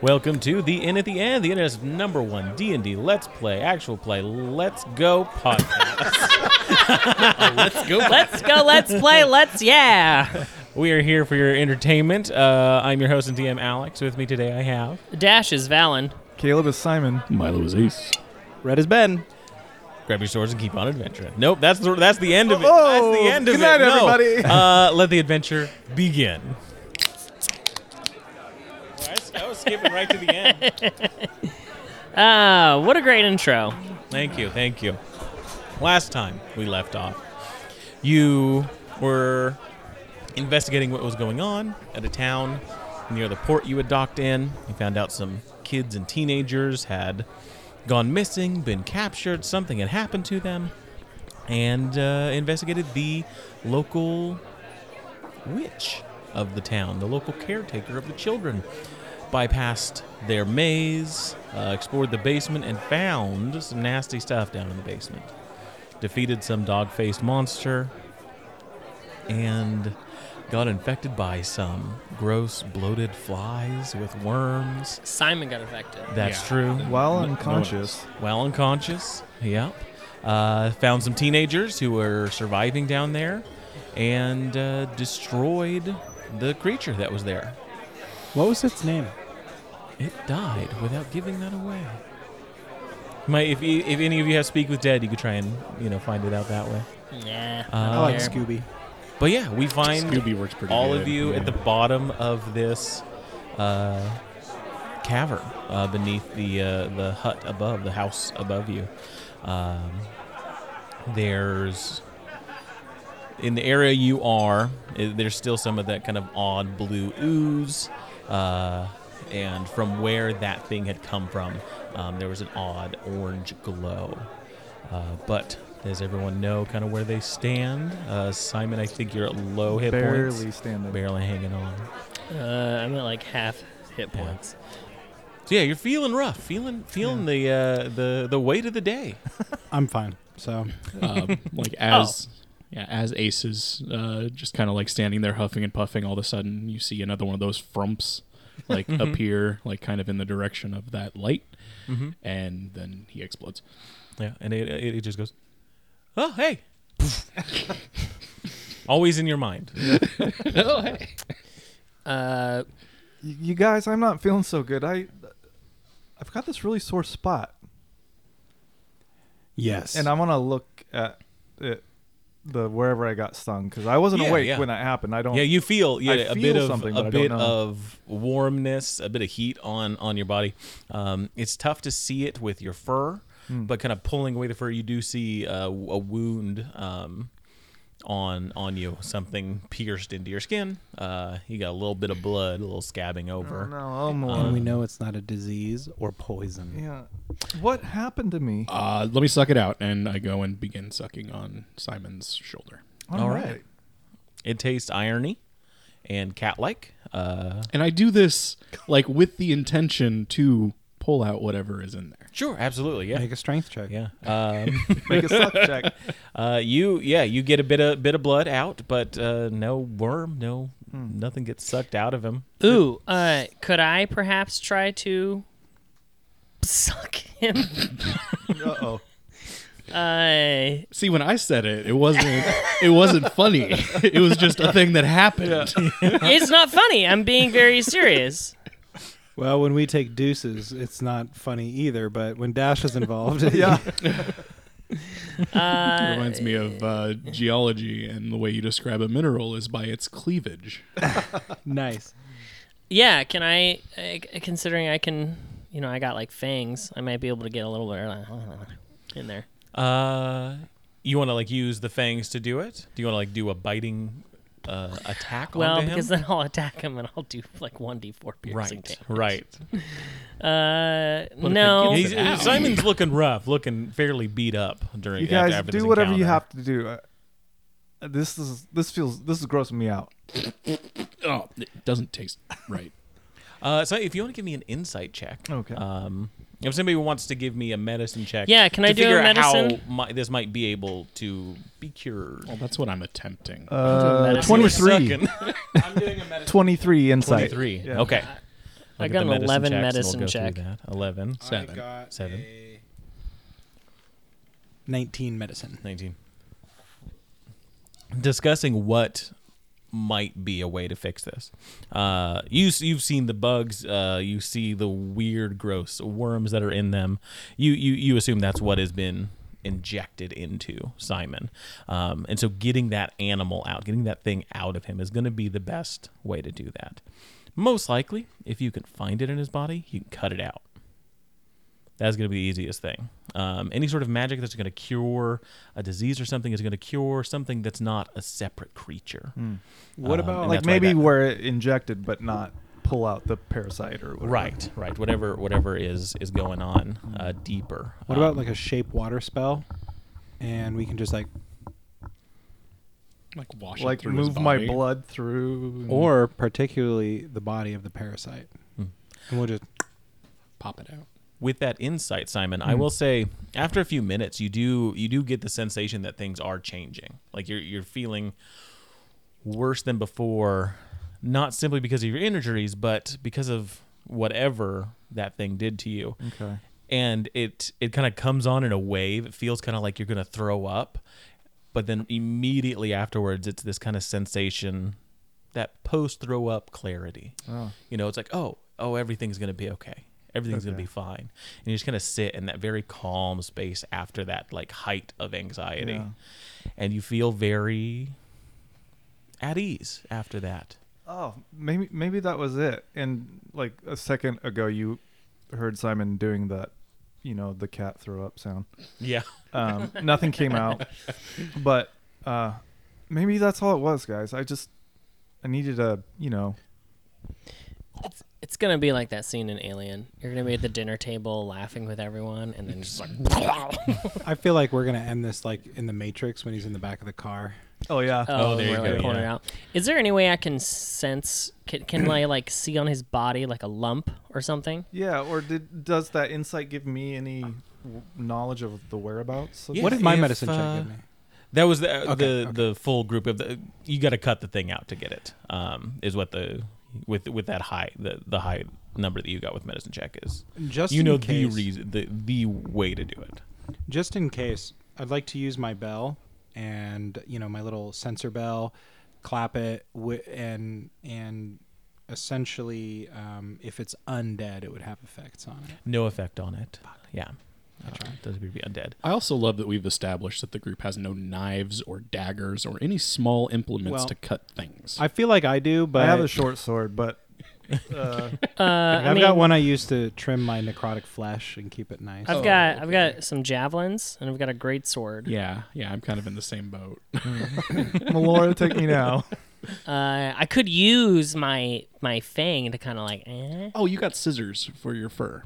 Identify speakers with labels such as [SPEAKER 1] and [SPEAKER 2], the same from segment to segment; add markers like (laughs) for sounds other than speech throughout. [SPEAKER 1] Welcome to the Inn at the End, the internet's number one D and D Let's Play, actual play, Let's Go podcast.
[SPEAKER 2] (laughs) Let's go, let's play, let's yeah.
[SPEAKER 1] we are here for your entertainment. Uh, I'm your host and DM Alex. With me today, I have
[SPEAKER 2] Dash is Valen.
[SPEAKER 3] Caleb is Simon.
[SPEAKER 4] Milo is ace.
[SPEAKER 5] Red is Ben.
[SPEAKER 1] grab your swords and keep on adventuring. Nope, that's the, that's the end of it.
[SPEAKER 3] Oh,
[SPEAKER 1] that's the end of
[SPEAKER 3] good night,
[SPEAKER 1] it. No. (laughs)
[SPEAKER 3] everybody.
[SPEAKER 1] Uh, let the adventure begin. I was skipping right to the end.
[SPEAKER 2] Ah, what a great intro.
[SPEAKER 1] Thank you, thank you. Last time we left off, you were investigating what was going on at a town near the port you had docked in. You found out some kids and teenagers had gone missing, been captured, something had happened to them, and uh, investigated the local witch of the town, the local caretaker of the children. Bypassed their maze, uh, explored the basement, and found some nasty stuff down in the basement. Defeated some dog faced monster and got infected by some gross, bloated flies with worms.
[SPEAKER 2] Simon got affected.
[SPEAKER 1] That's
[SPEAKER 4] Yeah.
[SPEAKER 1] true.
[SPEAKER 3] While unconscious,
[SPEAKER 1] Well unconscious. Yep. Uh, found some teenagers who were surviving down there and uh, destroyed the creature that was there.
[SPEAKER 5] What was its name?
[SPEAKER 1] It died without giving that away. My, if, you- if any of you have Speak with Dead, you could try and you know find it out that way.
[SPEAKER 2] Nah.
[SPEAKER 1] Uh,
[SPEAKER 5] I like Scooby.
[SPEAKER 1] But yeah, we find
[SPEAKER 4] Scooby works pretty
[SPEAKER 1] all
[SPEAKER 4] good.
[SPEAKER 1] of you at the bottom of this uh, cavern uh, beneath the uh, the hut above the house above you. Um, there's in the area you are. i- There's still some of that kind of odd blue ooze, uh, and from where that thing had come from, um, there was an odd orange glow. Uh, but does everyone know kind of where they stand? Uh, Simon, I think you're at low Oh, hit points
[SPEAKER 3] barely standing.
[SPEAKER 1] barely hanging on.
[SPEAKER 2] Uh, I'm at like half hit
[SPEAKER 1] Yeah.
[SPEAKER 2] points.
[SPEAKER 1] So yeah, you're feeling rough, feeling feeling the uh, the the weight of the day.
[SPEAKER 5] I'm fine. So
[SPEAKER 4] um, like as yeah, as Ace is uh, just kind of like standing there huffing and puffing. All of a sudden, you see another one of those frumps like appear, like kind of in the direction of that light,
[SPEAKER 1] Mm-hmm.
[SPEAKER 4] and then he explodes.
[SPEAKER 1] Yeah, and it it, it just goes, oh hey, (laughs) always in your mind.
[SPEAKER 4] oh hey!
[SPEAKER 2] Uh,
[SPEAKER 3] Y- You guys, I'm not feeling so good. I, I've got this really sore spot,
[SPEAKER 5] yes,
[SPEAKER 3] and I want to look at it, the wherever I got stung because I wasn't
[SPEAKER 1] Yeah,
[SPEAKER 3] awake
[SPEAKER 1] yeah.
[SPEAKER 3] when that happened. I don't.
[SPEAKER 1] Yeah, you feel yeah
[SPEAKER 3] I
[SPEAKER 1] a
[SPEAKER 3] feel
[SPEAKER 1] bit of
[SPEAKER 3] something, but
[SPEAKER 1] a
[SPEAKER 3] I don't
[SPEAKER 1] bit
[SPEAKER 3] know.
[SPEAKER 1] of warmness, a bit of heat on on your body. Um, it's tough to see it with your fur,
[SPEAKER 3] Hmm.
[SPEAKER 1] but kind of pulling away the fur, you do see uh, a wound um, on on you, something pierced into your skin. Uh, you got a little bit of blood, a little scabbing over.
[SPEAKER 3] No, I'm
[SPEAKER 5] and
[SPEAKER 3] alone.
[SPEAKER 5] we know it's not a disease or poison.
[SPEAKER 3] yeah. What happened to me?
[SPEAKER 4] Uh, let me suck it out, and I go and begin sucking on Simon's shoulder,
[SPEAKER 3] All right.
[SPEAKER 1] It tastes irony and cat like. Uh,
[SPEAKER 4] and I do this like with the intention to pull out whatever is in there.
[SPEAKER 1] sure, absolutely, yeah,
[SPEAKER 5] Make a strength check.
[SPEAKER 1] yeah. Um,
[SPEAKER 3] Make a
[SPEAKER 1] (laughs)
[SPEAKER 3] suck check.
[SPEAKER 1] uh, you, yeah, you get a bit of bit of blood out, but uh, no worm, no
[SPEAKER 3] Hmm.
[SPEAKER 1] nothing gets sucked out of him.
[SPEAKER 2] ooh, uh, could I perhaps try to suck him?
[SPEAKER 3] Uh oh.
[SPEAKER 2] uh,
[SPEAKER 4] See, when I said it, it wasn't it wasn't funny. It was just a thing that happened.
[SPEAKER 2] it's not funny. I'm being very serious.
[SPEAKER 5] Well, when we take deuces, it's not funny either. But when Dash is (laughs) involved,
[SPEAKER 3] Yeah.
[SPEAKER 4] It reminds me of uh, geology, and the way you describe a mineral is by its cleavage.
[SPEAKER 5] nice.
[SPEAKER 2] Yeah, can I, uh, considering I can, you know, I got like fangs, I might be able to get a little bit uh, in there.
[SPEAKER 1] Uh, you want to like use the fangs to do it? Do you want to like do a biting uh, attack
[SPEAKER 2] Well,
[SPEAKER 1] onto him?
[SPEAKER 2] because then I'll attack him and I'll do like one d four piercing
[SPEAKER 1] right, right.
[SPEAKER 2] damage. Uh,
[SPEAKER 4] if it
[SPEAKER 2] no,
[SPEAKER 4] gets
[SPEAKER 1] He's,
[SPEAKER 4] it out?
[SPEAKER 1] Simon's looking rough, looking fairly beat up during.
[SPEAKER 3] You
[SPEAKER 1] after-
[SPEAKER 3] guys
[SPEAKER 1] after this
[SPEAKER 3] do whatever you
[SPEAKER 1] encounter.
[SPEAKER 3] have to do. Uh, This is this feels this is grossing me out.
[SPEAKER 4] Oh, it doesn't taste right.
[SPEAKER 1] Uh, so if you want to give me an insight check,
[SPEAKER 3] Okay.
[SPEAKER 1] Um, if somebody wants to give me a medicine check,
[SPEAKER 2] Yeah, can I
[SPEAKER 1] to
[SPEAKER 2] do a
[SPEAKER 1] figure out
[SPEAKER 2] medicine?
[SPEAKER 1] How mi- this might be able to be cured.
[SPEAKER 4] Well, that's what I'm attempting.
[SPEAKER 3] Uh,
[SPEAKER 2] medicine.
[SPEAKER 3] 23.
[SPEAKER 1] I'm doing a medicine.
[SPEAKER 3] 23 insight.
[SPEAKER 1] Twenty-three.
[SPEAKER 3] Yeah.
[SPEAKER 1] Okay.
[SPEAKER 2] I got an
[SPEAKER 1] Look at the
[SPEAKER 2] 11
[SPEAKER 1] checks, and we'll
[SPEAKER 2] medicine
[SPEAKER 1] go through
[SPEAKER 2] check.
[SPEAKER 1] that. Eleven.
[SPEAKER 4] Seven.
[SPEAKER 5] got
[SPEAKER 1] Seven.
[SPEAKER 5] a 19 medicine.
[SPEAKER 1] 19. Discussing what might be a way to fix this. Uh, you, you've seen the bugs. Uh, you see the weird, gross worms that are in them. You, you, you assume that's what has been injected into Simon. Um, and so getting that animal out, getting that thing out of him is going to be the best way to do that. Most likely, if you can find it in his body, you can cut it out. That's going to be the easiest thing. Um, any sort of magic that's going to cure a disease or something is going to cure something that's not a separate creature.
[SPEAKER 5] Hmm.
[SPEAKER 3] What
[SPEAKER 1] Um,
[SPEAKER 3] about
[SPEAKER 1] and
[SPEAKER 3] like
[SPEAKER 1] that's why
[SPEAKER 3] maybe
[SPEAKER 1] that-
[SPEAKER 3] where it injected but not pull out the parasite or whatever.
[SPEAKER 1] Right, right. Whatever, whatever is is going on uh, deeper.
[SPEAKER 5] Hmm. What about like a shape water spell? And we can just like,
[SPEAKER 4] like wash it
[SPEAKER 3] Like
[SPEAKER 4] through his
[SPEAKER 3] move my
[SPEAKER 4] body.
[SPEAKER 3] blood
[SPEAKER 1] Mm.
[SPEAKER 3] through
[SPEAKER 5] or particularly the body of the parasite.
[SPEAKER 1] Hmm.
[SPEAKER 5] And we'll just
[SPEAKER 4] pop it out.
[SPEAKER 1] with that insight, Simon?
[SPEAKER 5] Hmm.
[SPEAKER 1] I will say, after a few minutes, you do you do get the sensation that things are changing. Like you're you're feeling worse than before, not simply because of your injuries, but because of whatever that thing did to you.
[SPEAKER 3] Okay.
[SPEAKER 1] and it it kind of comes on in a wave. It feels kind of like you're gonna throw up, but then immediately afterwards, it's this kind of sensation that post throw up clarity. You know, it's like oh oh everything's gonna be okay. Everything's gonna
[SPEAKER 3] Okay.
[SPEAKER 1] be fine, and you just kind of sit in that very calm space after that like height of anxiety,
[SPEAKER 3] Yeah.
[SPEAKER 1] and you feel very at ease after that.
[SPEAKER 3] Oh, maybe maybe that was it. And like a second ago you heard Simon doing that, you know, the cat throw up sound.
[SPEAKER 1] Yeah.
[SPEAKER 3] Um, nothing came out, but uh, maybe that's all it was, guys. I just I needed a you know
[SPEAKER 2] it's, it's gonna be like that scene in Alien. You're gonna be at the dinner table laughing with everyone, and then just
[SPEAKER 1] (laughs)
[SPEAKER 2] like
[SPEAKER 5] I feel like we're gonna end this like in the Matrix when he's in the back of the car.
[SPEAKER 3] oh yeah
[SPEAKER 2] oh,
[SPEAKER 1] there you
[SPEAKER 2] really
[SPEAKER 1] go,
[SPEAKER 2] pulling
[SPEAKER 1] yeah.
[SPEAKER 2] it out. Is there any way I can sense? Can, can I like see on his body like a lump or something?
[SPEAKER 3] yeah. Or did does that insight give me any w- knowledge of the whereabouts? of-
[SPEAKER 1] Yeah.
[SPEAKER 5] What did my
[SPEAKER 1] If,
[SPEAKER 5] medicine
[SPEAKER 1] uh,
[SPEAKER 5] check give me?
[SPEAKER 1] That was the uh,
[SPEAKER 5] Okay,
[SPEAKER 1] the, the full group of the. You got to cut the thing out to get it. Um, is what the with with that high the the high number that you got with medicine check is.
[SPEAKER 5] Just
[SPEAKER 1] you know
[SPEAKER 5] in case,
[SPEAKER 1] the reason the the way to do it.
[SPEAKER 5] Just in case, I'd like to use my bell and you know my little sensor bell, clap it wi- and and essentially, um, if it's undead, it would have effects on it.
[SPEAKER 1] No effect on it. Yeah, uh, does appear to be undead.
[SPEAKER 4] I also love that we've established that the group has no knives or daggers or any small implements
[SPEAKER 5] Well,
[SPEAKER 4] to cut things.
[SPEAKER 5] I feel like I do, but
[SPEAKER 3] I have a short sword, but uh,
[SPEAKER 2] Uh,
[SPEAKER 5] I've
[SPEAKER 2] I mean,
[SPEAKER 5] got one I use to trim my necrotic flesh and keep it nice.
[SPEAKER 1] Oh.
[SPEAKER 2] I've got I've got some javelins, and I've got a great sword.
[SPEAKER 4] yeah, yeah, I'm kind of in the same boat.
[SPEAKER 3] (laughs) Melora, take
[SPEAKER 1] (laughs)
[SPEAKER 3] me now.
[SPEAKER 2] Uh, I could use my my fang to kind of like. Eh.
[SPEAKER 4] oh, you got scissors for your fur.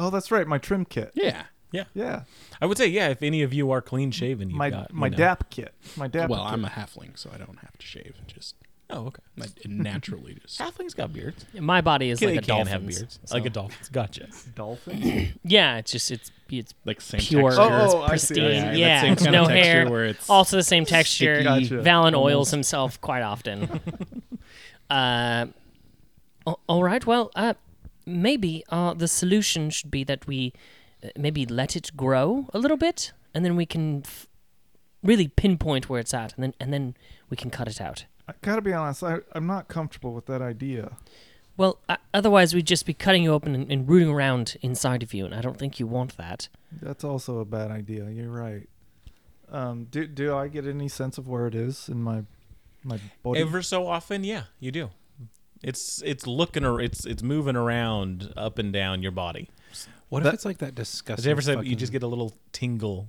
[SPEAKER 3] Oh, that's right, my trim kit.
[SPEAKER 4] Yeah.
[SPEAKER 3] Yeah,
[SPEAKER 1] I would say yeah. If any of you are clean shaven, you
[SPEAKER 3] my
[SPEAKER 1] got, you
[SPEAKER 3] my
[SPEAKER 1] know.
[SPEAKER 3] dap kit. My dap.
[SPEAKER 4] well,
[SPEAKER 3] kit.
[SPEAKER 4] I'm a halfling, so I don't have to shave. It Just
[SPEAKER 1] Oh, okay.
[SPEAKER 3] (laughs)
[SPEAKER 4] it naturally just.
[SPEAKER 1] Halflings got beards.
[SPEAKER 2] My body is
[SPEAKER 1] They
[SPEAKER 2] like a
[SPEAKER 1] can
[SPEAKER 2] dolphin.
[SPEAKER 1] have beards, like a dolphin's. Gotcha.
[SPEAKER 3] dolphin.
[SPEAKER 2] Yeah, it's just it's it's
[SPEAKER 4] Like same
[SPEAKER 2] pure,
[SPEAKER 4] texture.
[SPEAKER 3] Oh, oh, I see,
[SPEAKER 2] pristine.
[SPEAKER 3] I see.
[SPEAKER 4] that
[SPEAKER 2] Yeah,
[SPEAKER 4] same
[SPEAKER 2] it's
[SPEAKER 4] kind of
[SPEAKER 2] no
[SPEAKER 4] texture
[SPEAKER 2] hair.
[SPEAKER 4] Where it's
[SPEAKER 2] also the same texture.
[SPEAKER 3] Gotcha.
[SPEAKER 2] Valen oils himself quite
[SPEAKER 4] (laughs)
[SPEAKER 2] often. uh, al- all right. Well, uh, maybe uh, the solution should be that we uh, maybe let it grow a little bit, and then we can f- really pinpoint where it's at, and then and then we can cut it out.
[SPEAKER 3] I gotta be honest. I I'm not comfortable with that idea.
[SPEAKER 2] Well, uh, otherwise we'd just be cutting you open and, and rooting around inside of you, and I don't think you want that.
[SPEAKER 3] That's also a bad idea. You're right. Um, do do I get any sense of where it is in my my body?
[SPEAKER 1] Ever so often, yeah, you do. It's it's looking or it's it's moving around up and down your body.
[SPEAKER 5] What
[SPEAKER 3] That-
[SPEAKER 5] if it's like that disgusting?
[SPEAKER 1] Has ever said you
[SPEAKER 5] fucking-
[SPEAKER 1] just get a little tingle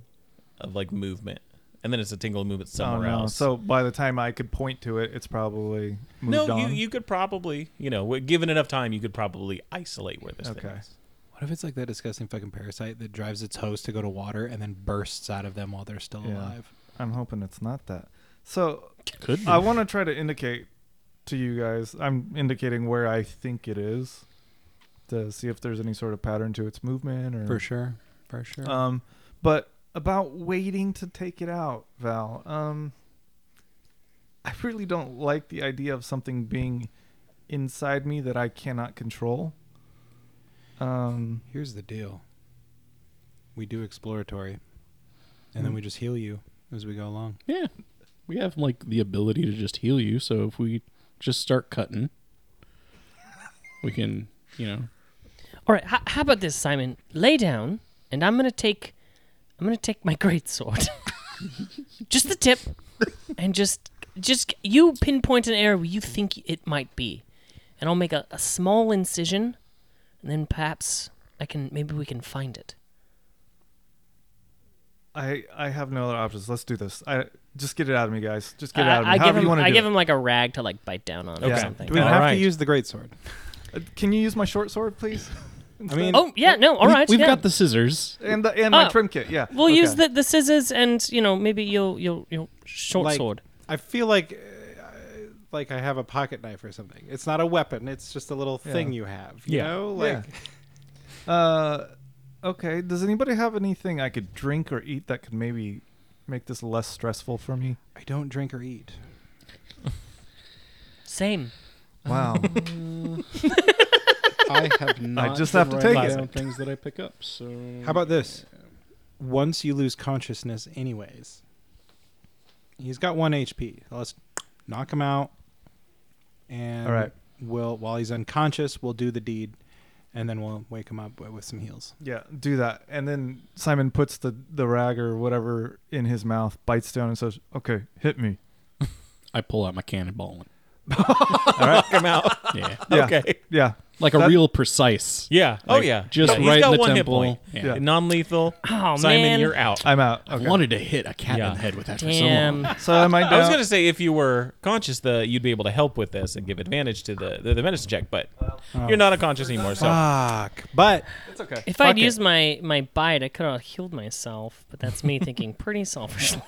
[SPEAKER 1] of like movement and then it's a tingle movement
[SPEAKER 3] Oh,
[SPEAKER 1] somewhere
[SPEAKER 3] no.
[SPEAKER 1] else.
[SPEAKER 3] So by the time I could point to it, it's probably moved
[SPEAKER 1] no, you,
[SPEAKER 3] on.
[SPEAKER 1] you could probably you know wi- given enough time you could probably isolate where this thing
[SPEAKER 3] Okay.
[SPEAKER 1] is.
[SPEAKER 6] What if it's like that disgusting fucking parasite that drives its host to go to water and then bursts out of them while they're still
[SPEAKER 3] Yeah.
[SPEAKER 6] alive?
[SPEAKER 3] I'm hoping it's not that. So
[SPEAKER 4] Could be.
[SPEAKER 3] I want to try to indicate to you guys. I'm indicating where I think it is to see if there's any sort of pattern to its movement or
[SPEAKER 6] For sure. For sure.
[SPEAKER 2] Oh,
[SPEAKER 3] Um, but about waiting to take it out, Val. Um, I really don't like the idea of something being inside me that I cannot control. Um,
[SPEAKER 6] Here's the deal. We do exploratory. And then we just heal you as we go along.
[SPEAKER 4] yeah, we have like the ability to just heal you. So if we just start cutting, we can, you know,
[SPEAKER 2] All right, h- how about this, Simon? Lay down, and I'm gonna take, I'm gonna take my (laughs) great sword, just the tip, and just, just you pinpoint an area where you think it might be, and I'll make a, a small incision, and then perhaps I can, maybe we can find it.
[SPEAKER 3] I I have no other options. Let's do this. I just get it out of me, guys. Just get it
[SPEAKER 2] I-
[SPEAKER 3] out of me.
[SPEAKER 2] I,
[SPEAKER 3] However
[SPEAKER 2] give him,
[SPEAKER 3] you want to
[SPEAKER 2] I
[SPEAKER 3] do
[SPEAKER 2] give
[SPEAKER 3] it.
[SPEAKER 2] him like a rag to like bite down on or
[SPEAKER 3] Yeah.
[SPEAKER 2] something.
[SPEAKER 6] Do we
[SPEAKER 1] All
[SPEAKER 6] have
[SPEAKER 1] right.
[SPEAKER 6] to use the greatsword?
[SPEAKER 3] Uh, Can you use my short sword, please?
[SPEAKER 6] I mean,
[SPEAKER 2] oh yeah, no, all
[SPEAKER 4] we,
[SPEAKER 2] right,
[SPEAKER 4] We've
[SPEAKER 2] yeah.
[SPEAKER 4] got the scissors.
[SPEAKER 3] and the and my
[SPEAKER 2] Oh.
[SPEAKER 3] trim kit. Yeah.
[SPEAKER 2] We'll
[SPEAKER 3] Okay.
[SPEAKER 2] use the, the scissors, and you know, maybe you'll you'll you'll short
[SPEAKER 6] Like-
[SPEAKER 2] sword.
[SPEAKER 6] I feel like uh, like I have a pocket knife or something. It's not a weapon. It's just a little
[SPEAKER 3] Yeah.
[SPEAKER 6] thing you have. You
[SPEAKER 1] Yeah.
[SPEAKER 6] know, like
[SPEAKER 3] Uh, okay. Does anybody have anything I could drink or eat that could maybe make this less stressful for me?
[SPEAKER 6] I don't drink or eat.
[SPEAKER 2] Same.
[SPEAKER 3] Wow.
[SPEAKER 4] (laughs) I have not.
[SPEAKER 3] just have to
[SPEAKER 4] been
[SPEAKER 3] take
[SPEAKER 4] writing
[SPEAKER 3] it.
[SPEAKER 4] down Things that I pick up. So
[SPEAKER 6] How about this? Once you lose consciousness, anyways, he's got one HP. Let's knock him out, and
[SPEAKER 3] All right.
[SPEAKER 6] we'll while he's unconscious, we'll do the deed, and then we'll wake him up with some heals.
[SPEAKER 3] Yeah, do that. And then Simon puts the, the rag or whatever in his mouth, bites down, and says, Okay, hit me.
[SPEAKER 4] I pull out my cannonball?
[SPEAKER 1] Come (laughs) out.
[SPEAKER 4] Yeah,
[SPEAKER 3] Yeah.
[SPEAKER 1] Okay.
[SPEAKER 3] Yeah.
[SPEAKER 4] (laughs) like a
[SPEAKER 3] That-
[SPEAKER 4] real precise.
[SPEAKER 1] Yeah. Oh
[SPEAKER 4] Like,
[SPEAKER 1] yeah.
[SPEAKER 4] just
[SPEAKER 1] No, he's
[SPEAKER 4] right in
[SPEAKER 1] got
[SPEAKER 4] the
[SPEAKER 1] one
[SPEAKER 4] temple.
[SPEAKER 1] Hit point.
[SPEAKER 4] Yeah.
[SPEAKER 3] Yeah.
[SPEAKER 1] Non-lethal.
[SPEAKER 2] Oh
[SPEAKER 1] Simon,
[SPEAKER 2] man,
[SPEAKER 1] you're out.
[SPEAKER 3] I'm out.
[SPEAKER 4] I
[SPEAKER 3] Okay.
[SPEAKER 4] wanted to hit a cat
[SPEAKER 1] Yeah.
[SPEAKER 4] in the head with that for so long. (laughs)
[SPEAKER 2] damn.
[SPEAKER 3] (laughs) So am I down?
[SPEAKER 1] I was gonna say if you were conscious, the you'd be able to help with this and give advantage to the the, the medicine check, but
[SPEAKER 6] Oh.
[SPEAKER 1] you're not unconscious anymore. So
[SPEAKER 6] Uh, Fuck! But
[SPEAKER 3] it's okay.
[SPEAKER 2] If I'd
[SPEAKER 6] Fuck it.
[SPEAKER 2] used my my bite, I could have healed myself. But that's me (laughs) thinking pretty selfishly.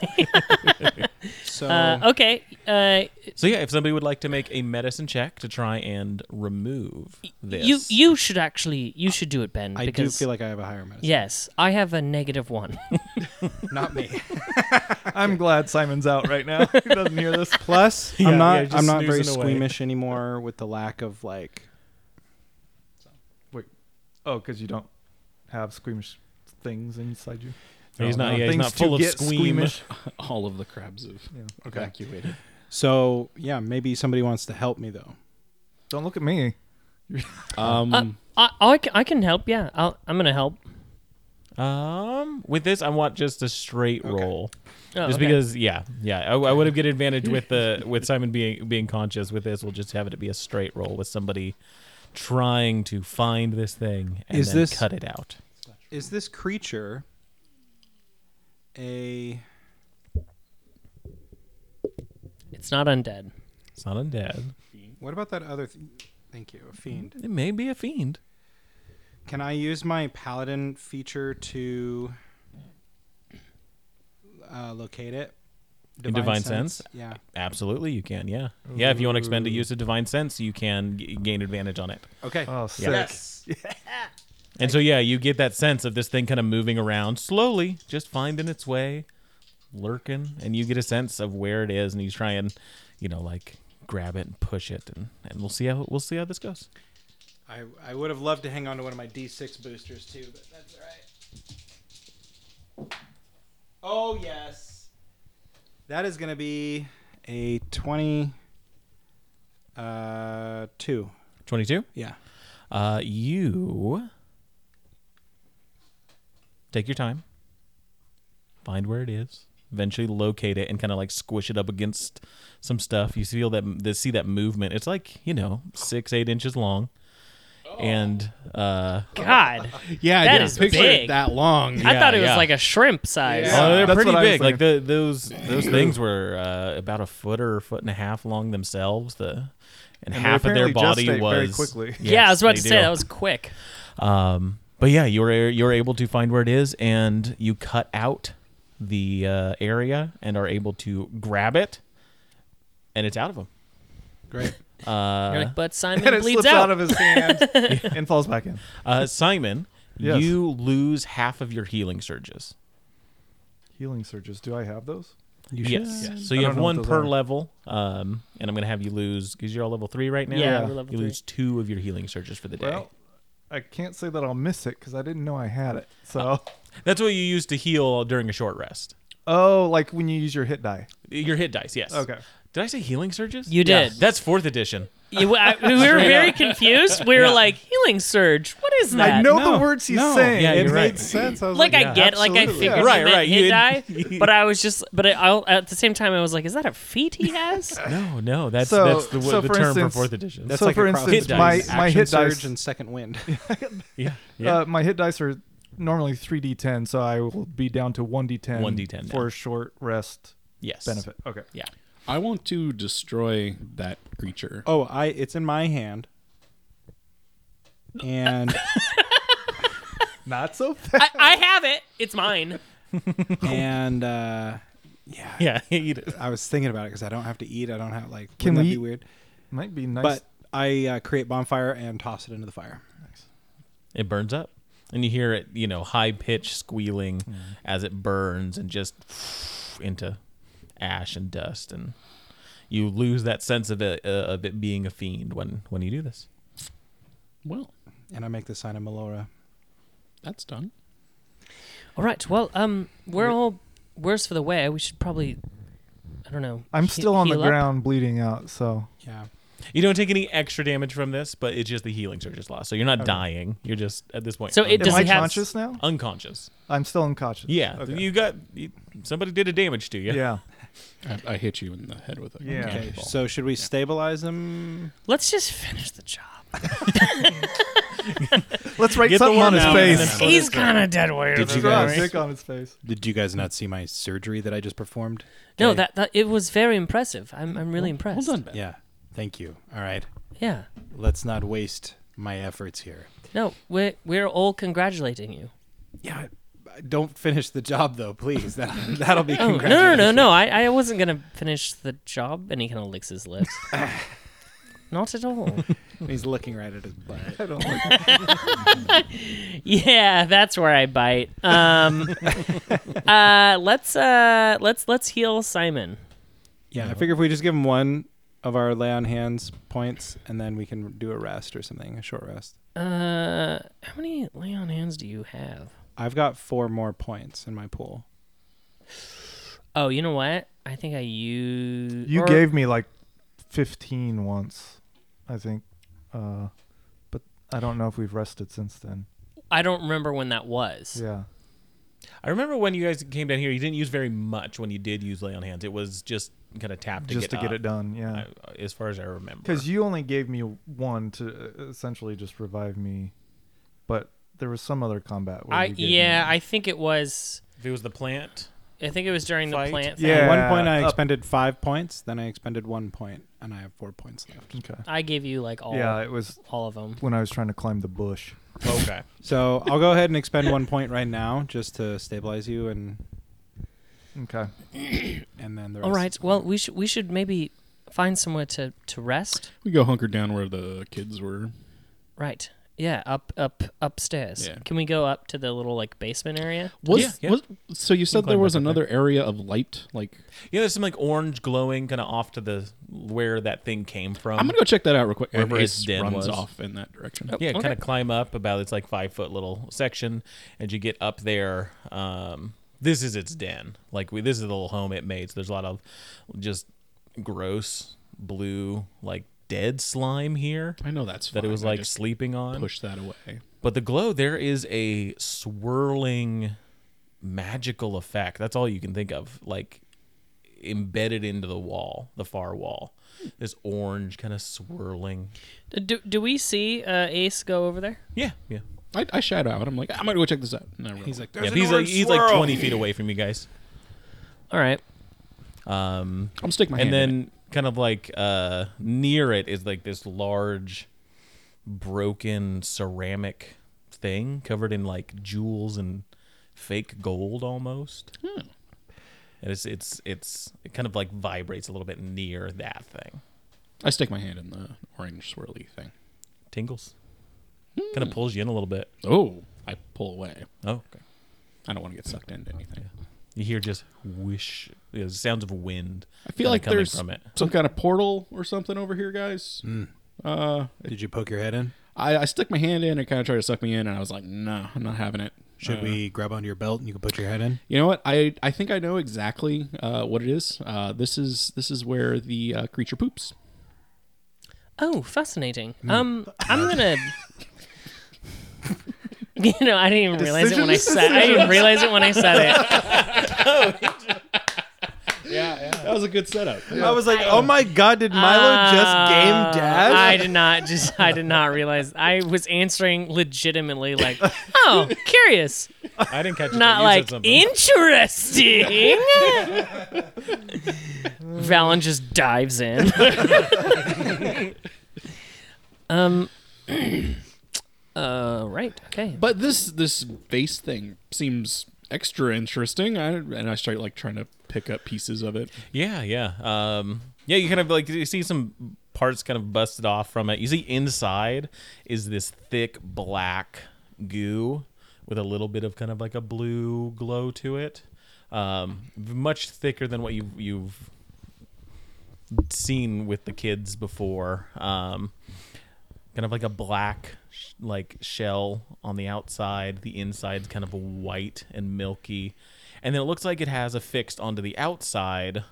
[SPEAKER 6] so
[SPEAKER 2] uh, okay, uh,
[SPEAKER 1] so yeah, if somebody would like to make a medicine check to try and remove this,
[SPEAKER 2] you you should actually you should do it, Ben.
[SPEAKER 6] I do
[SPEAKER 2] because,
[SPEAKER 6] feel like I have a higher medicine.
[SPEAKER 2] yes, I have a negative one.
[SPEAKER 6] (laughs) not me.
[SPEAKER 3] I'm glad Simon's out right now. he doesn't hear this.
[SPEAKER 6] (laughs) Plus,
[SPEAKER 1] Yeah,
[SPEAKER 6] I'm
[SPEAKER 1] yeah,
[SPEAKER 6] not
[SPEAKER 1] just
[SPEAKER 6] I'm not very
[SPEAKER 1] snoozing away.
[SPEAKER 6] squeamish anymore with the lack of like
[SPEAKER 3] Wait. Oh, because you don't have squeamish things inside you?
[SPEAKER 1] he's
[SPEAKER 3] No,
[SPEAKER 1] not
[SPEAKER 3] no,
[SPEAKER 1] yeah, he's
[SPEAKER 3] things
[SPEAKER 1] not
[SPEAKER 3] to
[SPEAKER 1] full of
[SPEAKER 3] get
[SPEAKER 1] squeam.
[SPEAKER 3] squeamish.
[SPEAKER 4] All of the crabs have
[SPEAKER 3] Yeah.
[SPEAKER 4] evacuated.
[SPEAKER 6] so yeah, maybe somebody wants to help me though.
[SPEAKER 3] Don't look at me.
[SPEAKER 4] Um,
[SPEAKER 2] I, I, ca- I can help. Yeah, I'll, I'm gonna help.
[SPEAKER 1] Um, with this, I want just a straight roll.
[SPEAKER 2] Oh,
[SPEAKER 1] just
[SPEAKER 2] okay.
[SPEAKER 1] because, yeah, yeah, I, I would have get advantage with
[SPEAKER 2] (laughs)
[SPEAKER 1] the with Simon being being conscious. With this, we'll just have it be a straight roll with somebody trying to find this thing and
[SPEAKER 6] Is
[SPEAKER 1] then
[SPEAKER 6] this-
[SPEAKER 1] cut it out.
[SPEAKER 6] Is this creature a
[SPEAKER 2] it's not undead.
[SPEAKER 1] It's not undead.
[SPEAKER 6] What about that other th- Thank you, a fiend.
[SPEAKER 1] It may be a fiend.
[SPEAKER 6] Can I use my paladin feature to uh, locate it?
[SPEAKER 1] In divine sense?
[SPEAKER 6] Yeah.
[SPEAKER 1] Absolutely, you can. Yeah, yeah. If you want to expend a use of divine sense, you can g- gain advantage on it.
[SPEAKER 6] Okay.
[SPEAKER 3] Oh, sick.
[SPEAKER 2] (laughs)
[SPEAKER 6] yes.
[SPEAKER 1] And so, yeah, you get that sense of this thing kind of moving around slowly, just finding its way, lurking, and you get a sense of where it is. And you try and, you know, like grab it and push it, and, and we'll see how we'll see how this goes.
[SPEAKER 6] I, I would have loved to hang on to one of my D6 boosters too, but that's all right. Oh, yes. That is going to be a 20 uh 2.
[SPEAKER 1] Twenty-two.
[SPEAKER 6] Yeah.
[SPEAKER 1] Uh, you take your time, find where it is, eventually locate it, and kind of like squish it up against some stuff. You feel that they see that movement. It's like you know six, eight inches long, and uh,
[SPEAKER 2] God,
[SPEAKER 4] Yeah,
[SPEAKER 2] That
[SPEAKER 4] I
[SPEAKER 2] is
[SPEAKER 4] didn't picture
[SPEAKER 2] big.
[SPEAKER 4] it that long.
[SPEAKER 2] I
[SPEAKER 4] Yeah,
[SPEAKER 2] thought it was
[SPEAKER 1] yeah.
[SPEAKER 2] like a shrimp size.
[SPEAKER 1] oh, they're
[SPEAKER 3] That's
[SPEAKER 1] pretty
[SPEAKER 3] what I was
[SPEAKER 1] big. Like the, those those things were uh, about a foot or a foot and a half long themselves. The and,
[SPEAKER 3] And they
[SPEAKER 1] half of their
[SPEAKER 3] apparently
[SPEAKER 1] body
[SPEAKER 3] gestate
[SPEAKER 1] was
[SPEAKER 3] very
[SPEAKER 1] (laughs)
[SPEAKER 3] quickly.
[SPEAKER 2] Yeah, I was
[SPEAKER 1] they
[SPEAKER 2] about to
[SPEAKER 1] do.
[SPEAKER 2] say that was quick.
[SPEAKER 1] Um, but yeah, you're you're able to find where it is, and you cut out the uh, area and are able to grab it, and it's out of him.
[SPEAKER 6] Great.
[SPEAKER 1] Uh,
[SPEAKER 2] You're like, but Simon
[SPEAKER 3] (laughs) and it
[SPEAKER 2] bleeds
[SPEAKER 3] slips
[SPEAKER 2] out.
[SPEAKER 3] out. of his
[SPEAKER 2] (laughs)
[SPEAKER 3] hand and falls back in. (laughs)
[SPEAKER 1] uh, Simon,
[SPEAKER 3] Yes.
[SPEAKER 1] you lose half of your healing surges.
[SPEAKER 3] Healing surges. Do I have those?
[SPEAKER 6] You
[SPEAKER 1] yes.
[SPEAKER 6] should.
[SPEAKER 1] So
[SPEAKER 3] I
[SPEAKER 1] you
[SPEAKER 3] don't
[SPEAKER 1] have
[SPEAKER 3] know what
[SPEAKER 1] one
[SPEAKER 3] those
[SPEAKER 1] per
[SPEAKER 3] are.
[SPEAKER 1] level, um, and I'm gonna have you lose because you're all level three right now.
[SPEAKER 2] yeah,
[SPEAKER 3] Yeah.
[SPEAKER 2] we're level
[SPEAKER 1] You
[SPEAKER 2] three.
[SPEAKER 1] lose two of your healing surges for the day.
[SPEAKER 3] Well, I can't say that I'll miss it because I didn't know I had it. So,
[SPEAKER 1] That's what you use to heal during a short rest.
[SPEAKER 3] oh, like when you use your hit die.
[SPEAKER 1] Your hit dice, yes.
[SPEAKER 3] Okay.
[SPEAKER 1] Did I say healing surges?
[SPEAKER 2] You
[SPEAKER 1] Yeah.
[SPEAKER 2] did.
[SPEAKER 1] That's fourth edition.
[SPEAKER 2] You- I- we were very confused. We were like, healing surge. What is that?
[SPEAKER 3] I know
[SPEAKER 6] no,
[SPEAKER 3] the words he's
[SPEAKER 6] no.
[SPEAKER 3] saying.
[SPEAKER 1] Yeah,
[SPEAKER 3] it uh,
[SPEAKER 1] you're
[SPEAKER 3] made
[SPEAKER 1] right.
[SPEAKER 3] sense. I was
[SPEAKER 2] Like
[SPEAKER 3] like,
[SPEAKER 2] I get, like I
[SPEAKER 3] absolutely.
[SPEAKER 2] figured
[SPEAKER 3] Yeah.
[SPEAKER 2] you
[SPEAKER 1] Right,
[SPEAKER 2] meant
[SPEAKER 1] right, you
[SPEAKER 2] hit
[SPEAKER 1] didn't-
[SPEAKER 2] die, but I was just, but I, I'll, at the same time, I was like, is that a feat he (laughs) has?
[SPEAKER 1] No, no, that's
[SPEAKER 3] So-
[SPEAKER 1] that's the,
[SPEAKER 3] so
[SPEAKER 1] the
[SPEAKER 3] for
[SPEAKER 1] term
[SPEAKER 3] instance-
[SPEAKER 1] for fourth edition.
[SPEAKER 6] That's
[SPEAKER 3] So
[SPEAKER 6] like
[SPEAKER 3] for
[SPEAKER 6] a cross
[SPEAKER 3] instance,
[SPEAKER 6] between
[SPEAKER 1] my-
[SPEAKER 3] my
[SPEAKER 6] action
[SPEAKER 3] hit
[SPEAKER 6] surge
[SPEAKER 3] dice-
[SPEAKER 6] and second wind.
[SPEAKER 1] yeah, yeah.
[SPEAKER 3] uh, my hit dice are normally 3d10, so I will be down to 1d10,
[SPEAKER 1] 1d10
[SPEAKER 3] for
[SPEAKER 1] now.
[SPEAKER 3] a short rest
[SPEAKER 1] yes.
[SPEAKER 2] (laughs)
[SPEAKER 3] benefit. Okay.
[SPEAKER 1] Yeah.
[SPEAKER 4] I want to destroy that creature.
[SPEAKER 6] (laughs) Oh, I it's in my hand.
[SPEAKER 2] (laughs)
[SPEAKER 6] And
[SPEAKER 3] Not so (laughs) fast.
[SPEAKER 2] I, I have it. It's mine.
[SPEAKER 6] and uh yeah,
[SPEAKER 1] Yeah, eat it.
[SPEAKER 6] I was thinking about it because I don't have to eat. I don't have like.
[SPEAKER 3] Can
[SPEAKER 6] Can wouldn't
[SPEAKER 3] we-
[SPEAKER 6] that be weird?
[SPEAKER 3] Might be nice.
[SPEAKER 6] But I uh, create bonfire and toss it into the fire.
[SPEAKER 1] It burns up. And you hear it, you know, high pitched squealing
[SPEAKER 2] Mm.
[SPEAKER 1] as it burns and just (sniffs) into ash and dust and you lose that sense of it uh, of it being a fiend when when you do this.
[SPEAKER 4] Well,
[SPEAKER 6] And I make the sign of Melora.
[SPEAKER 4] that's done.
[SPEAKER 2] All right. Well, um, we're all worse for the wear. We should probably, I don't know.
[SPEAKER 3] I'm
[SPEAKER 2] he-
[SPEAKER 3] still on the
[SPEAKER 2] heal up.
[SPEAKER 3] ground bleeding out, so
[SPEAKER 6] Yeah.
[SPEAKER 1] You don't take any extra damage from this, but it's just the healing surge is lost. So you're not dying. You're just at this point.
[SPEAKER 2] So it
[SPEAKER 3] am
[SPEAKER 2] does
[SPEAKER 3] I
[SPEAKER 2] he have-
[SPEAKER 3] conscious now?
[SPEAKER 1] unconscious.
[SPEAKER 3] I'm still unconscious.
[SPEAKER 1] Yeah,
[SPEAKER 3] Okay.
[SPEAKER 1] you got you, somebody did a damage to you.
[SPEAKER 3] yeah.
[SPEAKER 4] I, I hit you in the head with a
[SPEAKER 3] Yeah.
[SPEAKER 4] cannon
[SPEAKER 6] Okay.
[SPEAKER 4] ball.
[SPEAKER 6] So should we stabilize him?
[SPEAKER 2] Let's just finish the job.
[SPEAKER 3] Let's write
[SPEAKER 1] Get the
[SPEAKER 3] something
[SPEAKER 1] word
[SPEAKER 3] on his
[SPEAKER 1] out and then
[SPEAKER 3] face.
[SPEAKER 1] put
[SPEAKER 2] He's
[SPEAKER 1] it-
[SPEAKER 2] kind of dead weight.
[SPEAKER 6] Did
[SPEAKER 3] Let's
[SPEAKER 6] you
[SPEAKER 3] draw a
[SPEAKER 6] guys-
[SPEAKER 3] dick on his face.
[SPEAKER 6] Did you guys not see my surgery that I just performed?
[SPEAKER 2] No,
[SPEAKER 6] Okay.
[SPEAKER 2] that, that it was very impressive. I'm I'm really impressed.
[SPEAKER 4] Well done, Ben.
[SPEAKER 6] Yeah. Thank you. All right.
[SPEAKER 2] Yeah.
[SPEAKER 6] Let's not waste my efforts here.
[SPEAKER 2] No, we're we're all congratulating you.
[SPEAKER 6] Yeah. I- Don't finish the job though, please. That that'll be
[SPEAKER 2] Oh no
[SPEAKER 6] congratulations.
[SPEAKER 2] no no no! I, I wasn't gonna finish the job, and he kind of licks his lips. Not at all.
[SPEAKER 6] He's looking right at his butt.
[SPEAKER 3] I don't like
[SPEAKER 2] Yeah, that's where I bite.
[SPEAKER 3] (laughs)
[SPEAKER 2] Um, uh, let's uh, let's let's heal Simon.
[SPEAKER 6] Yeah. I figure if we just give him one of our lay on hands points, and then we can do a rest or something, a short rest.
[SPEAKER 2] Uh, how many lay on hands do you have?
[SPEAKER 6] I've got four more points in my pool.
[SPEAKER 2] Oh, you know what? I think I use.
[SPEAKER 3] You
[SPEAKER 2] or-
[SPEAKER 3] gave me like 15 once, I think. Uh, but I don't know if we've rested since then.
[SPEAKER 2] I don't remember when that was.
[SPEAKER 3] Yeah.
[SPEAKER 1] I remember when you guys came down here, you didn't use very much when you did use lay on hands. It was just kind of tapped
[SPEAKER 3] just to
[SPEAKER 1] get
[SPEAKER 3] get
[SPEAKER 1] up,
[SPEAKER 3] it done. Yeah.
[SPEAKER 1] I- uh, as far as I remember.
[SPEAKER 3] Because you only gave me one to uh, essentially just revive me, but there was some other combat. Where
[SPEAKER 2] I
[SPEAKER 3] you gave
[SPEAKER 2] yeah,
[SPEAKER 3] me-
[SPEAKER 2] I think it was.
[SPEAKER 1] if it was the plant,
[SPEAKER 2] I think it was during
[SPEAKER 1] Fight?
[SPEAKER 2] the plant.
[SPEAKER 3] Yeah.
[SPEAKER 6] At one point, I
[SPEAKER 3] up-
[SPEAKER 6] expended five points. Then I expended one point, and I have four points left.
[SPEAKER 3] Okay.
[SPEAKER 2] I gave you like all
[SPEAKER 3] Yeah, it was
[SPEAKER 2] all of them.
[SPEAKER 3] when I was trying to climb the bush.
[SPEAKER 1] (laughs) okay,
[SPEAKER 6] So I'll go ahead and expend one point right now just to stabilize you, and
[SPEAKER 3] Okay.
[SPEAKER 6] and then the rest.
[SPEAKER 2] All right. Well, we should we should maybe find somewhere to to rest.
[SPEAKER 4] We go hunker down where the kids were.
[SPEAKER 2] Right. Yeah. Up up upstairs.
[SPEAKER 4] Yeah.
[SPEAKER 2] Can we go up to the little like basement area?
[SPEAKER 4] Was,
[SPEAKER 1] Yeah, yeah.
[SPEAKER 4] was so you said
[SPEAKER 1] climb
[SPEAKER 4] there
[SPEAKER 1] back
[SPEAKER 4] was
[SPEAKER 1] up there.
[SPEAKER 4] another area of light. Like
[SPEAKER 1] yeah, there's some like orange glowing kind of off to the where that thing came from.
[SPEAKER 4] I'm gonna go check that out real quick. And
[SPEAKER 1] wherever his
[SPEAKER 4] Ace
[SPEAKER 1] den
[SPEAKER 4] runs
[SPEAKER 1] was.
[SPEAKER 4] off in that direction.
[SPEAKER 1] yeah,
[SPEAKER 2] Okay.
[SPEAKER 1] kind of climb up about it's like five foot little section, and you get up there. Um, this is its den. Like we, this is the little home it made. So there's a lot of just gross blue, like dead slime here
[SPEAKER 4] I know that's
[SPEAKER 1] that it
[SPEAKER 4] fine.
[SPEAKER 1] was
[SPEAKER 4] I
[SPEAKER 1] like
[SPEAKER 4] just
[SPEAKER 1] sleeping on.
[SPEAKER 4] push that away.
[SPEAKER 1] But the glow, there is a swirling magical effect. That's all you can think of. Like embedded into the wall, the far wall. This orange kind of swirling.
[SPEAKER 2] Do, do we see uh, Ace go over there?
[SPEAKER 1] Yeah, yeah.
[SPEAKER 4] I, I shout out. I'm like, I'm gonna go check this out. And I roll.
[SPEAKER 5] He's like,
[SPEAKER 1] yeah
[SPEAKER 5] there's
[SPEAKER 1] he's
[SPEAKER 5] an
[SPEAKER 1] like,
[SPEAKER 5] orange
[SPEAKER 1] he's like
[SPEAKER 5] swirl."
[SPEAKER 1] 20 feet away from you guys.
[SPEAKER 2] All right.
[SPEAKER 1] Um,
[SPEAKER 4] I'm sticking my
[SPEAKER 1] and
[SPEAKER 4] hand in
[SPEAKER 1] then kind of like uh, near it is like this large broken ceramic thing covered in like jewels and fake gold almost
[SPEAKER 4] Hmm.
[SPEAKER 1] and it's it's it's it kind of like vibrates a little bit near that thing
[SPEAKER 4] it. I stick my hand in the orange swirly thing.
[SPEAKER 1] tingles kind
[SPEAKER 4] Hmm.
[SPEAKER 1] of pulls you in a little bit
[SPEAKER 4] Oh, I pull away.
[SPEAKER 1] oh okay
[SPEAKER 4] I don't want to get sucked into anything.
[SPEAKER 1] you hear just whoosh you know, sounds of wind
[SPEAKER 4] I feel
[SPEAKER 1] kinda
[SPEAKER 4] like
[SPEAKER 1] coming
[SPEAKER 4] there's
[SPEAKER 1] from
[SPEAKER 4] (laughs)
[SPEAKER 1] it Mm.
[SPEAKER 4] some kind of portal or something over here, guys. Uh,
[SPEAKER 5] Did you poke your head in?
[SPEAKER 4] I, I stick my hand in and kind of tried to suck me in, and I was like, no, I'm not having it.
[SPEAKER 5] Should
[SPEAKER 4] Uh,
[SPEAKER 5] we grab onto your belt and you can put your head in?
[SPEAKER 4] You know what? I I think I know exactly uh, what it is. Uh, this is this is where the uh, creature poops.
[SPEAKER 2] Oh, fascinating.
[SPEAKER 3] Hmm.
[SPEAKER 2] Um, I'm
[SPEAKER 3] (laughs)
[SPEAKER 2] gonna. (laughs) you know, I didn't even realize it when I said. I didn't realize it when I said it.
[SPEAKER 4] That was a good setup.
[SPEAKER 3] I was like, oh my god, did (laughs) Milo
[SPEAKER 2] Uh,
[SPEAKER 3] just game dad?
[SPEAKER 2] I did not just. I did not realize. I was answering legitimately,
[SPEAKER 3] (laughs)
[SPEAKER 2] like, oh, curious,
[SPEAKER 1] i didn't catch it
[SPEAKER 2] not
[SPEAKER 1] but you said
[SPEAKER 2] like
[SPEAKER 1] something. (laughs)
[SPEAKER 2] interesting. Valen just dives in.
[SPEAKER 1] (laughs)
[SPEAKER 2] um. (clears throat) uh. Right. Okay.
[SPEAKER 4] But this this vase thing seems extra interesting. I, and I start like trying to pick up pieces of it.
[SPEAKER 1] Yeah, yeah. Um, yeah, you kind of like you see some parts kind of busted off from it. You see inside is this thick black goo with a little bit of kind of like a blue glow to it. Um, much thicker than what you've you've seen with the kids before. Um, kind of like a black sh- like shell on the outside the inside's kind of white and milky and then it looks like it has affixed onto the outside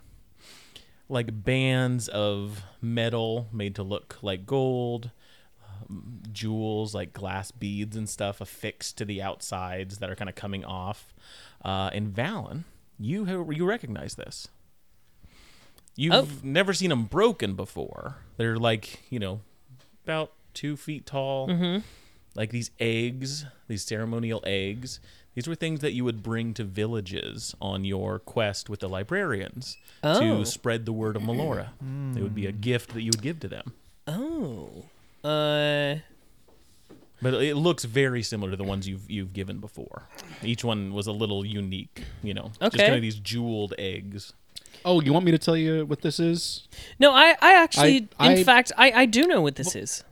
[SPEAKER 1] like bands of metal made to look like gold um, jewels like glass beads and stuff affixed to the outsides that are kind of coming off uh, and valen you ha- you recognize this you've
[SPEAKER 2] Oh.
[SPEAKER 1] never seen them broken before they're like you know about two feet tall.
[SPEAKER 2] Mm-hmm.
[SPEAKER 1] Like these eggs, these ceremonial eggs. These were things that you would bring to villages on your quest with the librarians
[SPEAKER 2] Oh.
[SPEAKER 1] to spread the word of Melora. It would be a gift that you would give to them.
[SPEAKER 2] Oh. Uh.
[SPEAKER 1] But it looks very similar to the ones you've you've given before. Each one was a little unique, you know. Just
[SPEAKER 2] Okay.
[SPEAKER 1] kind of these jeweled eggs.
[SPEAKER 4] Oh, you want me to tell you what this is? (laughs)
[SPEAKER 2] No, I, I actually,
[SPEAKER 4] I-
[SPEAKER 2] in
[SPEAKER 4] I-
[SPEAKER 2] fact, I, I do know what this is.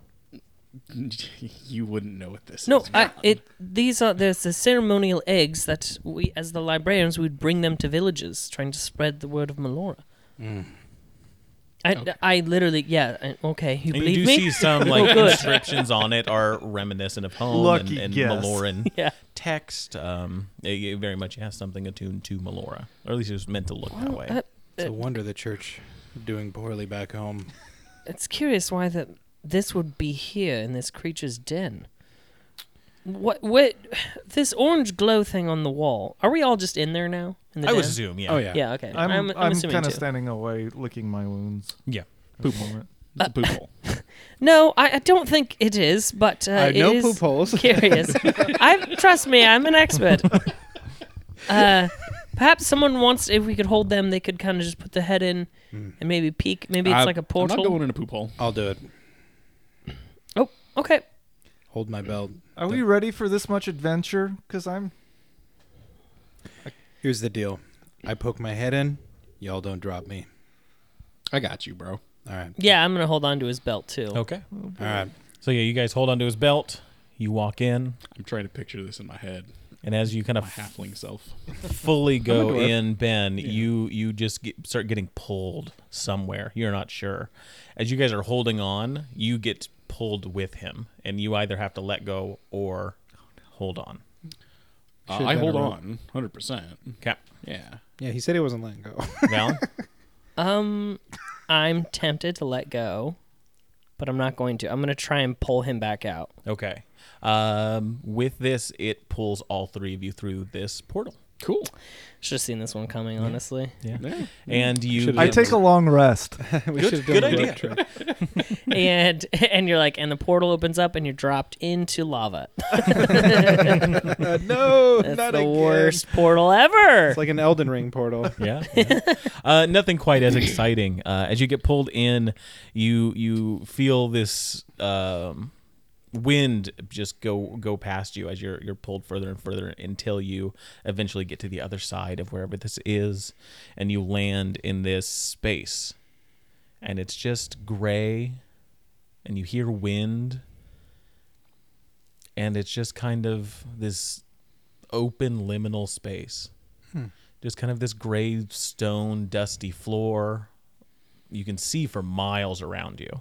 [SPEAKER 4] you wouldn't know what this
[SPEAKER 2] No,
[SPEAKER 4] is.
[SPEAKER 2] I, it these are there's the ceremonial eggs that we, as the librarians, would bring them to villages, trying to spread the word of Melora. I, I literally, yeah, I- okay, you
[SPEAKER 1] And
[SPEAKER 2] believe
[SPEAKER 1] you do
[SPEAKER 2] me? Oh,
[SPEAKER 1] see
[SPEAKER 2] (laughs)
[SPEAKER 1] some like
[SPEAKER 2] good.
[SPEAKER 1] inscriptions on it are reminiscent of home
[SPEAKER 3] Lucky
[SPEAKER 1] and, and
[SPEAKER 3] guess.
[SPEAKER 1] Meloran
[SPEAKER 2] (laughs) Yeah.
[SPEAKER 1] text. Um, it, it very much has something attuned to Melora, or at least it was meant to look that way.
[SPEAKER 2] uh,
[SPEAKER 5] It's a wonder the church doing poorly back home.
[SPEAKER 2] It's curious why that this would be here in this creature's den. What? What? This orange glow thing on the wall. Are we all just in there now? In the
[SPEAKER 1] I
[SPEAKER 2] den?
[SPEAKER 1] would assume, yeah,
[SPEAKER 5] Oh yeah.
[SPEAKER 2] Yeah. Okay.
[SPEAKER 3] I'm, I'm,
[SPEAKER 2] assuming
[SPEAKER 3] kind of
[SPEAKER 2] too.
[SPEAKER 3] standing away, licking my wounds.
[SPEAKER 1] yeah.
[SPEAKER 3] at the moment.
[SPEAKER 4] It's a poop hole.
[SPEAKER 2] No, I, I don't think it is, but uh,
[SPEAKER 5] I know
[SPEAKER 2] it is
[SPEAKER 5] poop holes.
[SPEAKER 2] Curious. I trust me, I'm an expert. Uh, perhaps someone wants if we could hold them, they could kind of just put the head in
[SPEAKER 5] Hmm.
[SPEAKER 2] and maybe peek. Maybe it's
[SPEAKER 4] I-
[SPEAKER 2] like a
[SPEAKER 4] I'm not
[SPEAKER 2] portal.
[SPEAKER 4] going in a poop hole.
[SPEAKER 5] I'll do it.
[SPEAKER 2] Oh, okay.
[SPEAKER 5] Hold my belt.
[SPEAKER 3] Are we ready for this much adventure? Because I'm.
[SPEAKER 5] Here's the deal. I poke my head in. Y'all don't drop me.
[SPEAKER 4] I got you, bro.
[SPEAKER 5] All right.
[SPEAKER 2] Yeah, I'm gonna hold on to his belt too.
[SPEAKER 5] Oh.
[SPEAKER 1] Okay.
[SPEAKER 5] All right.
[SPEAKER 1] So yeah, you guys hold onto his belt. You walk in,
[SPEAKER 4] I'm trying to picture this in my head.
[SPEAKER 1] and as you kind
[SPEAKER 4] My
[SPEAKER 1] of
[SPEAKER 4] halfling self.
[SPEAKER 1] fully
[SPEAKER 4] I'm
[SPEAKER 1] go
[SPEAKER 4] a dwarf.
[SPEAKER 1] in, Ben, you you just get, start getting pulled somewhere. You're not sure. As you guys are holding on, you get pulled with him, and you either have to let go or hold on.
[SPEAKER 4] Uh,
[SPEAKER 5] Should've
[SPEAKER 4] I
[SPEAKER 5] been
[SPEAKER 4] hold
[SPEAKER 5] a rope.
[SPEAKER 4] on, hundred percent.
[SPEAKER 1] Okay,
[SPEAKER 4] Yeah.
[SPEAKER 5] Yeah, he said he wasn't letting go. (laughs)
[SPEAKER 1] Valen.
[SPEAKER 2] Um, I'm tempted to let go, but I'm not going to. I'm gonna try and pull him back out.
[SPEAKER 1] Okay. Um, with this, it pulls all three of you through this portal.
[SPEAKER 4] Could
[SPEAKER 2] Should have seen this one coming,
[SPEAKER 5] (laughs)
[SPEAKER 2] honestly.
[SPEAKER 1] and you.
[SPEAKER 4] Should've
[SPEAKER 3] I
[SPEAKER 4] Yeah.
[SPEAKER 3] take a long rest.
[SPEAKER 5] we
[SPEAKER 1] Good-
[SPEAKER 5] should've
[SPEAKER 1] good
[SPEAKER 5] a road
[SPEAKER 1] idea.
[SPEAKER 5] trip.
[SPEAKER 2] and and you're like, and the portal opens up, and you're dropped into lava.
[SPEAKER 5] (laughs) no,
[SPEAKER 2] That's
[SPEAKER 5] not
[SPEAKER 2] the
[SPEAKER 5] again.
[SPEAKER 2] worst portal ever.
[SPEAKER 5] It's like an Elden Ring portal.
[SPEAKER 1] (laughs) yeah. yeah. uh, nothing quite as exciting. Uh, as you get pulled in, you you feel this um, wind just go go past you as you're you're pulled further and further until you eventually get to the other side of wherever this is, and you land in this space, and it's just gray, and you hear wind, and it's just kind of this open liminal space just kind of this gray stone dusty floor you can see for miles around you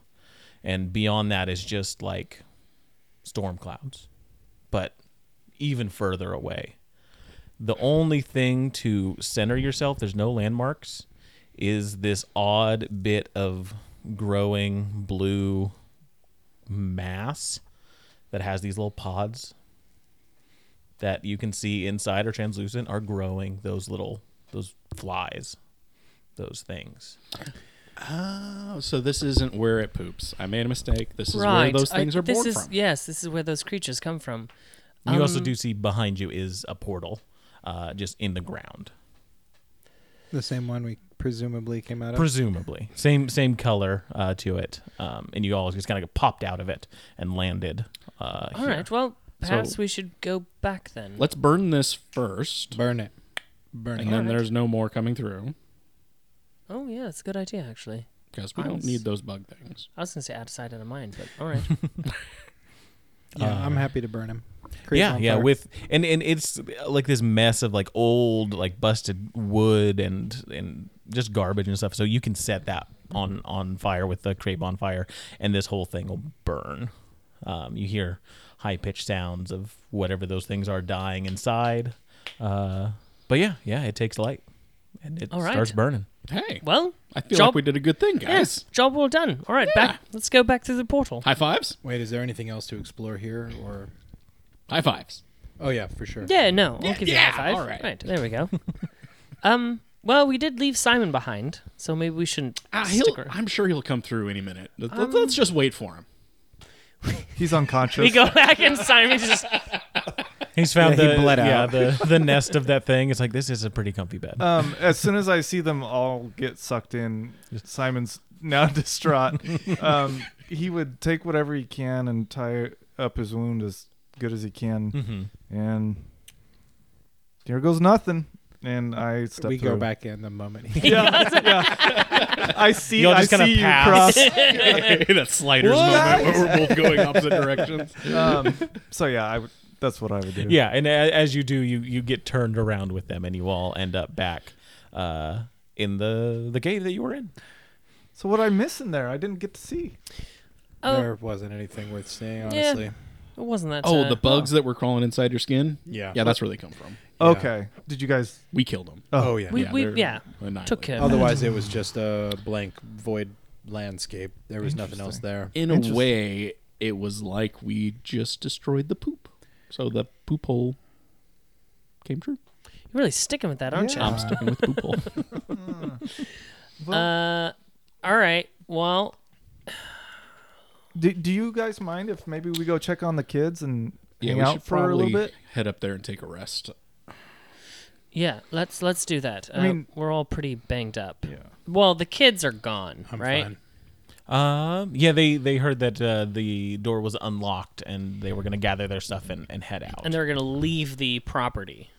[SPEAKER 1] and beyond that is just like storm clouds but even further away the only thing to center yourself there's no landmarks is this odd bit of growing blue mass that has these little pods that you can see inside are translucent are growing those little those flies those things
[SPEAKER 4] Oh, so this isn't where it poops. I made a mistake. This is where
[SPEAKER 2] right.
[SPEAKER 4] those
[SPEAKER 2] I-
[SPEAKER 4] things are
[SPEAKER 2] this
[SPEAKER 4] born
[SPEAKER 2] is,
[SPEAKER 4] from.
[SPEAKER 2] Yes, this is where those creatures come from.
[SPEAKER 1] you
[SPEAKER 2] Um,
[SPEAKER 1] also do see behind you is a portal uh, just in the ground
[SPEAKER 5] (laughs) The same one we presumably came out of.
[SPEAKER 1] presumably same same color uh, to it um, and you all just kind of popped out of it and landed uh,
[SPEAKER 2] All
[SPEAKER 1] here.
[SPEAKER 2] right. Well, perhaps
[SPEAKER 4] So-
[SPEAKER 2] we should go back then.
[SPEAKER 4] Let's burn this first,
[SPEAKER 5] Burn it. Burn
[SPEAKER 4] and
[SPEAKER 5] it.
[SPEAKER 4] then there's no more coming through
[SPEAKER 2] oh yeah, that's a good idea actually.
[SPEAKER 4] because we don't
[SPEAKER 2] Nice.
[SPEAKER 4] need those bug things.
[SPEAKER 2] I was gonna say out of sight, out of mind, but all
[SPEAKER 4] (laughs)
[SPEAKER 2] right.
[SPEAKER 5] Yeah, I'm happy to burn him. Create
[SPEAKER 1] yeah
[SPEAKER 5] on
[SPEAKER 1] yeah
[SPEAKER 5] fire.
[SPEAKER 1] with and and it's uh, like this mess of like old like busted wood and and just garbage and stuff so you can set that on on fire with the crepe on fire and this whole thing will burn um, you hear high pitched sounds of whatever those things are dying inside uh, but yeah yeah it takes light and it
[SPEAKER 2] All right.
[SPEAKER 1] starts burning
[SPEAKER 4] Hey,
[SPEAKER 2] well,
[SPEAKER 4] I feel
[SPEAKER 2] job,
[SPEAKER 4] like we did a good thing, guys.
[SPEAKER 2] yeah, job well done. All right, back. Let's go back through the portal.
[SPEAKER 4] High fives.
[SPEAKER 5] Wait, is there anything else to explore here, or?
[SPEAKER 4] High fives.
[SPEAKER 5] Oh yeah, for sure.
[SPEAKER 2] Yeah, no, I'll
[SPEAKER 4] Yeah,
[SPEAKER 2] give you
[SPEAKER 4] yeah,
[SPEAKER 2] a high five.
[SPEAKER 4] all right.
[SPEAKER 2] there we go. (laughs) um, well, we did leave Simon behind, so maybe we shouldn't
[SPEAKER 4] Ah, he'll,
[SPEAKER 2] stick around.
[SPEAKER 4] I'm sure he'll come through any minute. Let-
[SPEAKER 2] Um,
[SPEAKER 4] let- Let's just wait for him.
[SPEAKER 3] (laughs) He's unconscious.
[SPEAKER 2] We go back and Simon just
[SPEAKER 1] he's found
[SPEAKER 5] Yeah, he
[SPEAKER 1] the
[SPEAKER 5] bled
[SPEAKER 1] yeah
[SPEAKER 5] out. Uh,
[SPEAKER 1] the the nest of that thing it's like this is a pretty comfy bed
[SPEAKER 3] Um, as soon as I see them all get sucked in, Simon's now (laughs) distraught. um, he would take whatever he can and tie up his wound as good as he can. And here goes nothing. And I step
[SPEAKER 5] we
[SPEAKER 3] through.
[SPEAKER 5] go back in the moment.
[SPEAKER 3] Yeah, yeah. I see.
[SPEAKER 1] Y'all
[SPEAKER 3] I
[SPEAKER 1] just kinda
[SPEAKER 3] see you
[SPEAKER 1] pass.
[SPEAKER 3] cross.
[SPEAKER 4] (laughs) that sliders
[SPEAKER 3] What?
[SPEAKER 4] moment where we're both going opposite directions.
[SPEAKER 3] Um, so yeah, I would. That's what I would do.
[SPEAKER 1] Yeah, and a- as you do, you you get turned around with them, and you all end up back uh, in the the cave that you were in.
[SPEAKER 3] So what I miss in there, I didn't get to see.
[SPEAKER 2] Oh.
[SPEAKER 5] There wasn't anything worth seeing, honestly.
[SPEAKER 2] It wasn't that.
[SPEAKER 4] (laughs) Oh,
[SPEAKER 2] uh,
[SPEAKER 4] the bugs that were crawling inside your skin.
[SPEAKER 5] Yeah.
[SPEAKER 4] yeah, that's where they come from.
[SPEAKER 5] Yeah.
[SPEAKER 3] Okay. Did you guys?
[SPEAKER 4] We killed them.
[SPEAKER 2] (laughs)
[SPEAKER 5] Oh, yeah.
[SPEAKER 2] We,
[SPEAKER 4] Yeah,
[SPEAKER 2] we,
[SPEAKER 4] they're
[SPEAKER 2] yeah
[SPEAKER 4] annihilated.
[SPEAKER 2] took care of that.
[SPEAKER 5] Otherwise, it was just a blank void landscape. There was nothing else there.
[SPEAKER 4] In a way, it was like we just destroyed the poop. So the poop hole came true.
[SPEAKER 2] You're really sticking with that, aren't
[SPEAKER 3] Yeah.
[SPEAKER 4] I'm sticking with poop hole.
[SPEAKER 3] (laughs)
[SPEAKER 2] you? Uh, all right. Well,
[SPEAKER 3] Do, do you guys mind if maybe we go check on the kids and hang
[SPEAKER 4] we
[SPEAKER 3] out
[SPEAKER 4] should
[SPEAKER 3] for a little
[SPEAKER 4] probably
[SPEAKER 3] bit?
[SPEAKER 4] head up there and take a rest.
[SPEAKER 2] yeah. Let's let's do that. I
[SPEAKER 3] mean-
[SPEAKER 2] we're all pretty banged up. Yeah. Well, the kids are gone,
[SPEAKER 5] I'm
[SPEAKER 2] right?
[SPEAKER 5] fine.
[SPEAKER 1] Um, yeah, they they heard that uh, the door was unlocked, and they were going to gather their stuff and, and head out.
[SPEAKER 2] And they're gonna leave the property.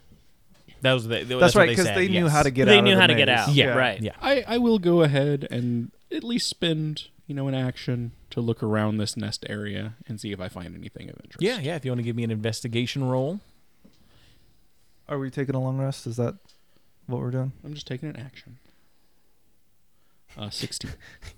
[SPEAKER 1] that was the, that's,
[SPEAKER 3] That's,
[SPEAKER 1] what
[SPEAKER 3] right,
[SPEAKER 1] they
[SPEAKER 3] because
[SPEAKER 1] said,
[SPEAKER 3] they knew
[SPEAKER 1] yes.
[SPEAKER 3] how to get out.
[SPEAKER 2] they
[SPEAKER 3] of
[SPEAKER 2] knew
[SPEAKER 3] the
[SPEAKER 2] how to get
[SPEAKER 3] maze.
[SPEAKER 2] out.
[SPEAKER 1] Yeah,
[SPEAKER 2] Right.
[SPEAKER 1] yeah.
[SPEAKER 4] I, I will go ahead and at least spend you know an action to look around this nest area and see if I find anything of interest.
[SPEAKER 1] Yeah, yeah. If you want to give me an investigation
[SPEAKER 3] (laughs)
[SPEAKER 1] roll,
[SPEAKER 3] Are we taking a long rest? Is that what we're (laughs) doing?
[SPEAKER 4] I'm just taking an action. Uh, 16.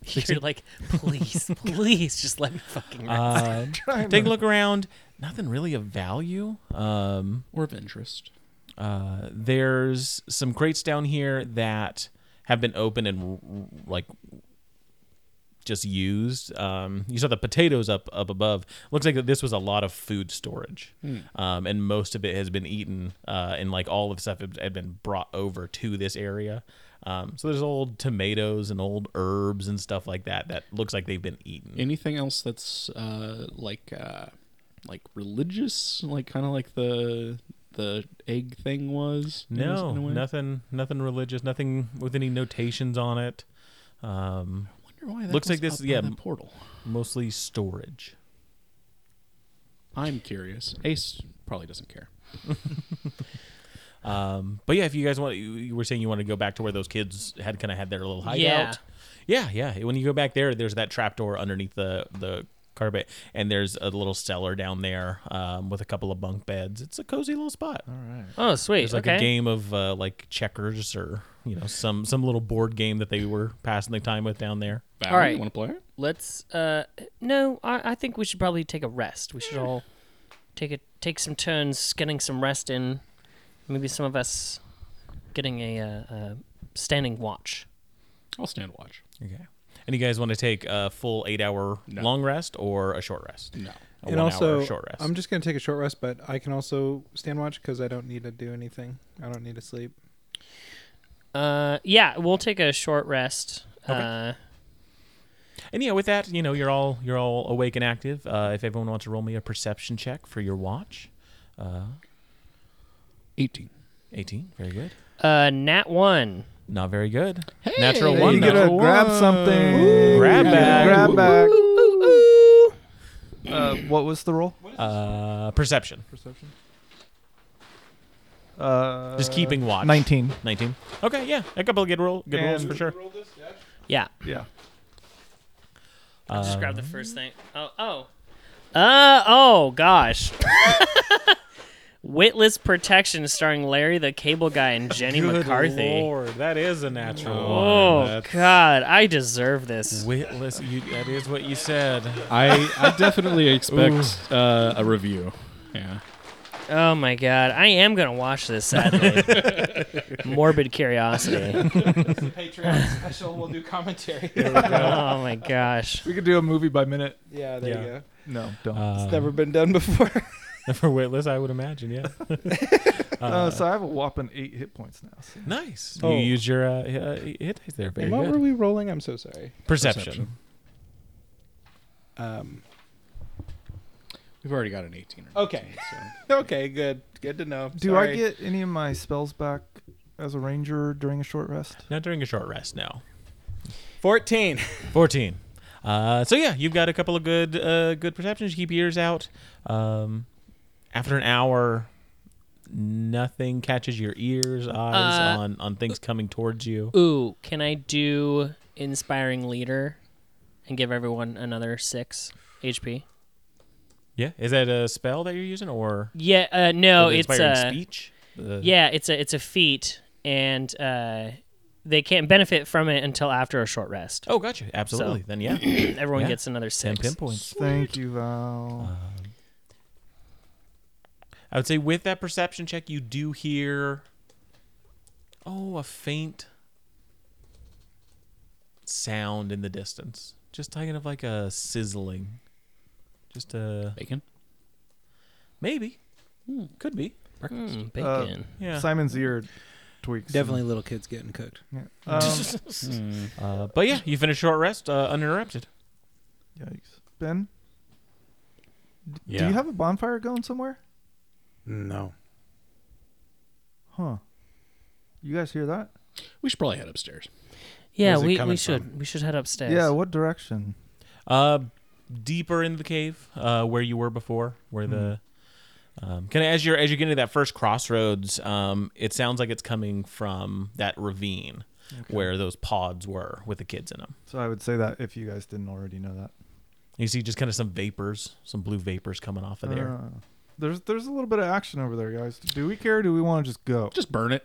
[SPEAKER 2] You're like, please, (laughs) please, just let me fucking. rest."
[SPEAKER 1] uh,
[SPEAKER 3] Trying
[SPEAKER 1] take a
[SPEAKER 3] to-
[SPEAKER 1] look around. Nothing really of value. Um,
[SPEAKER 4] or of interest.
[SPEAKER 1] Uh, there's some crates down here that have been open and r- r- like just used. Um, you saw the potatoes up up above. Looks like that this was a lot of food storage,
[SPEAKER 4] Hmm.
[SPEAKER 1] um, and most of it has been eaten, uh, and like all of the stuff had had been brought over to this area. Um, so there's old tomatoes and old herbs and stuff like that that looks like they've been eaten.
[SPEAKER 4] Anything else that's uh, like uh, like religious, like kind of like the the egg thing was? in a-
[SPEAKER 1] no,
[SPEAKER 4] in a way?
[SPEAKER 1] nothing, nothing religious, nothing with any notations on it. Um,
[SPEAKER 4] Wonder why that
[SPEAKER 1] Looks
[SPEAKER 4] was
[SPEAKER 1] like this-
[SPEAKER 4] up on
[SPEAKER 1] yeah.
[SPEAKER 4] that portal.
[SPEAKER 1] mostly storage.
[SPEAKER 4] I'm curious. Ace probably doesn't care.
[SPEAKER 1] Um, but yeah, if you guys want, you, you were saying you want to go back to where those kids had kind of had their little hideout.
[SPEAKER 2] Yeah.
[SPEAKER 1] yeah, yeah. When you go back there, there's that trapdoor underneath the the carpet, and there's a little cellar down there um, with a couple of bunk beds. It's a cozy little spot.
[SPEAKER 3] All right.
[SPEAKER 2] Oh, sweet.
[SPEAKER 1] It's like
[SPEAKER 2] okay.
[SPEAKER 1] a game of uh, like checkers or you know some some little board game that they were passing the time with down there.
[SPEAKER 4] Val,
[SPEAKER 2] All right.
[SPEAKER 4] you want to play it?
[SPEAKER 2] Let's. Uh, no, I, I think we should probably take a rest. We should all take a take some turns getting some rest in. Maybe some of us getting a uh, uh, standing watch.
[SPEAKER 4] I'll stand watch.
[SPEAKER 1] Okay. And you guys want to take a full eight hour
[SPEAKER 4] No.
[SPEAKER 1] long rest or a short rest?
[SPEAKER 4] No.
[SPEAKER 1] A
[SPEAKER 5] and
[SPEAKER 1] one
[SPEAKER 5] also,
[SPEAKER 1] hour short rest.
[SPEAKER 5] I'm just gonna take a short rest, but I can also stand watch because I don't need to do anything. I don't need to sleep.
[SPEAKER 2] Uh, yeah, we'll take a short rest. Uh,
[SPEAKER 1] And yeah, with that, you know, you're all you're all awake and active. Uh, if everyone wants to roll me a perception check for your watch, uh,
[SPEAKER 4] 18.
[SPEAKER 1] 18, very good.
[SPEAKER 2] uh, nat one.
[SPEAKER 1] Not very good. Natural
[SPEAKER 5] Hey,
[SPEAKER 1] one.
[SPEAKER 3] you gotta
[SPEAKER 1] though.
[SPEAKER 3] grab something.
[SPEAKER 1] Grab
[SPEAKER 3] You gotta
[SPEAKER 1] bag.
[SPEAKER 3] Grab back. Uh, what was the roll?
[SPEAKER 1] Uh, perception.
[SPEAKER 3] Perception. Uh,
[SPEAKER 1] Just keeping watch.
[SPEAKER 3] 19.
[SPEAKER 1] 19. Okay, yeah, a couple of good roll, good rolls
[SPEAKER 3] And-
[SPEAKER 1] for sure.
[SPEAKER 2] Yeah.
[SPEAKER 3] Yeah.
[SPEAKER 2] I'll just grab the
[SPEAKER 1] Um,
[SPEAKER 2] first thing. Oh, oh. Uh, oh, gosh. (laughs) Witless Protection starring Larry the Cable Guy and Jenny McCarthy.
[SPEAKER 1] Lord, that is a natural.
[SPEAKER 2] Oh, God. I deserve this.
[SPEAKER 1] Witless, you, that is what you said.
[SPEAKER 4] I,
[SPEAKER 1] (laughs)
[SPEAKER 4] I definitely expect uh, a review. Yeah.
[SPEAKER 2] Oh, my God. I am going to watch this,
[SPEAKER 1] (laughs)
[SPEAKER 2] sadly. Morbid curiosity.
[SPEAKER 5] Patreon special. We'll do commentary.
[SPEAKER 2] oh, my gosh.
[SPEAKER 3] We could do a movie by minute.
[SPEAKER 5] (laughs) yeah, there
[SPEAKER 1] Yeah.
[SPEAKER 5] you go.
[SPEAKER 3] No, don't.
[SPEAKER 1] Uh,
[SPEAKER 5] It's never been done before.
[SPEAKER 1] (laughs) for witless, I would imagine. Yeah.
[SPEAKER 3] Uh, so I have a whopping eight hit points now. so-
[SPEAKER 1] Nice.
[SPEAKER 5] Oh.
[SPEAKER 1] You used your uh, uh, hit dice there. Very
[SPEAKER 5] And what
[SPEAKER 1] good.
[SPEAKER 5] were we rolling? I'm so sorry.
[SPEAKER 1] Perception.
[SPEAKER 4] Perception.
[SPEAKER 5] Um,
[SPEAKER 4] We've already got an 18. Or
[SPEAKER 5] Okay.
[SPEAKER 4] 19, so.
[SPEAKER 5] (laughs) okay, good. Good to know.
[SPEAKER 3] Do I
[SPEAKER 5] Sorry.
[SPEAKER 3] get any of my spells back as a ranger during a short rest?
[SPEAKER 1] Not during a short rest. No.
[SPEAKER 5] 14?
[SPEAKER 1] 14. Uh, so yeah, you've got a couple of good uh, good perceptions. You keep your ears out. Um, after an hour, nothing catches your ears, eyes
[SPEAKER 2] Uh,
[SPEAKER 1] on on things coming towards you.
[SPEAKER 2] Ooh, can I do Inspiring Leader and give everyone another six HP?
[SPEAKER 1] Yeah, is that a spell that you're using or
[SPEAKER 2] Yeah, uh, no,
[SPEAKER 1] or the
[SPEAKER 2] it's a.
[SPEAKER 1] inspiring speech? Uh, The-
[SPEAKER 2] Yeah, it's a it's a feat, and uh, they can't benefit from it until after a
[SPEAKER 1] (coughs)
[SPEAKER 2] short rest.
[SPEAKER 1] Oh, gotcha. Absolutely. Then yeah,
[SPEAKER 2] Everyone
[SPEAKER 1] yeah.
[SPEAKER 2] gets another
[SPEAKER 1] ten
[SPEAKER 2] six.
[SPEAKER 1] pinpoints.
[SPEAKER 3] Thank you, Val.
[SPEAKER 1] I would say with that perception check, you do hear, oh, a faint sound in the distance, just kind of like a sizzling, just a
[SPEAKER 4] Bacon?
[SPEAKER 1] maybe, could be,
[SPEAKER 2] Hmm, bacon.
[SPEAKER 1] yeah.
[SPEAKER 3] Simon's ear tweaks.
[SPEAKER 5] Definitely little kids getting cooked.
[SPEAKER 3] Yeah.
[SPEAKER 1] (laughs)
[SPEAKER 3] (laughs) Um, yikes.
[SPEAKER 1] Uh, but yeah, you finish short rest uh, uninterrupted.
[SPEAKER 3] Ben, do you have a bonfire going somewhere?
[SPEAKER 5] No.
[SPEAKER 3] Huh. You guys hear that?
[SPEAKER 4] We should probably head upstairs.
[SPEAKER 2] yeah,
[SPEAKER 5] Where's it
[SPEAKER 2] we, we
[SPEAKER 5] coming
[SPEAKER 2] should
[SPEAKER 5] from?
[SPEAKER 2] we should head upstairs.
[SPEAKER 3] Yeah, what direction?
[SPEAKER 1] Uh, deeper into the cave, uh, where you were before, where the um, kind of as you're as you get into that first crossroads, um, it sounds like it's coming from that ravine where those pods were with the kids in them.
[SPEAKER 3] So I would say that if you guys didn't already know that.
[SPEAKER 1] You see just kind of some vapors, some blue vapors coming off of there.
[SPEAKER 3] Uh, there's there's a little bit of action over there, guys. Do we care? Or do we want to just go?
[SPEAKER 4] Just burn it.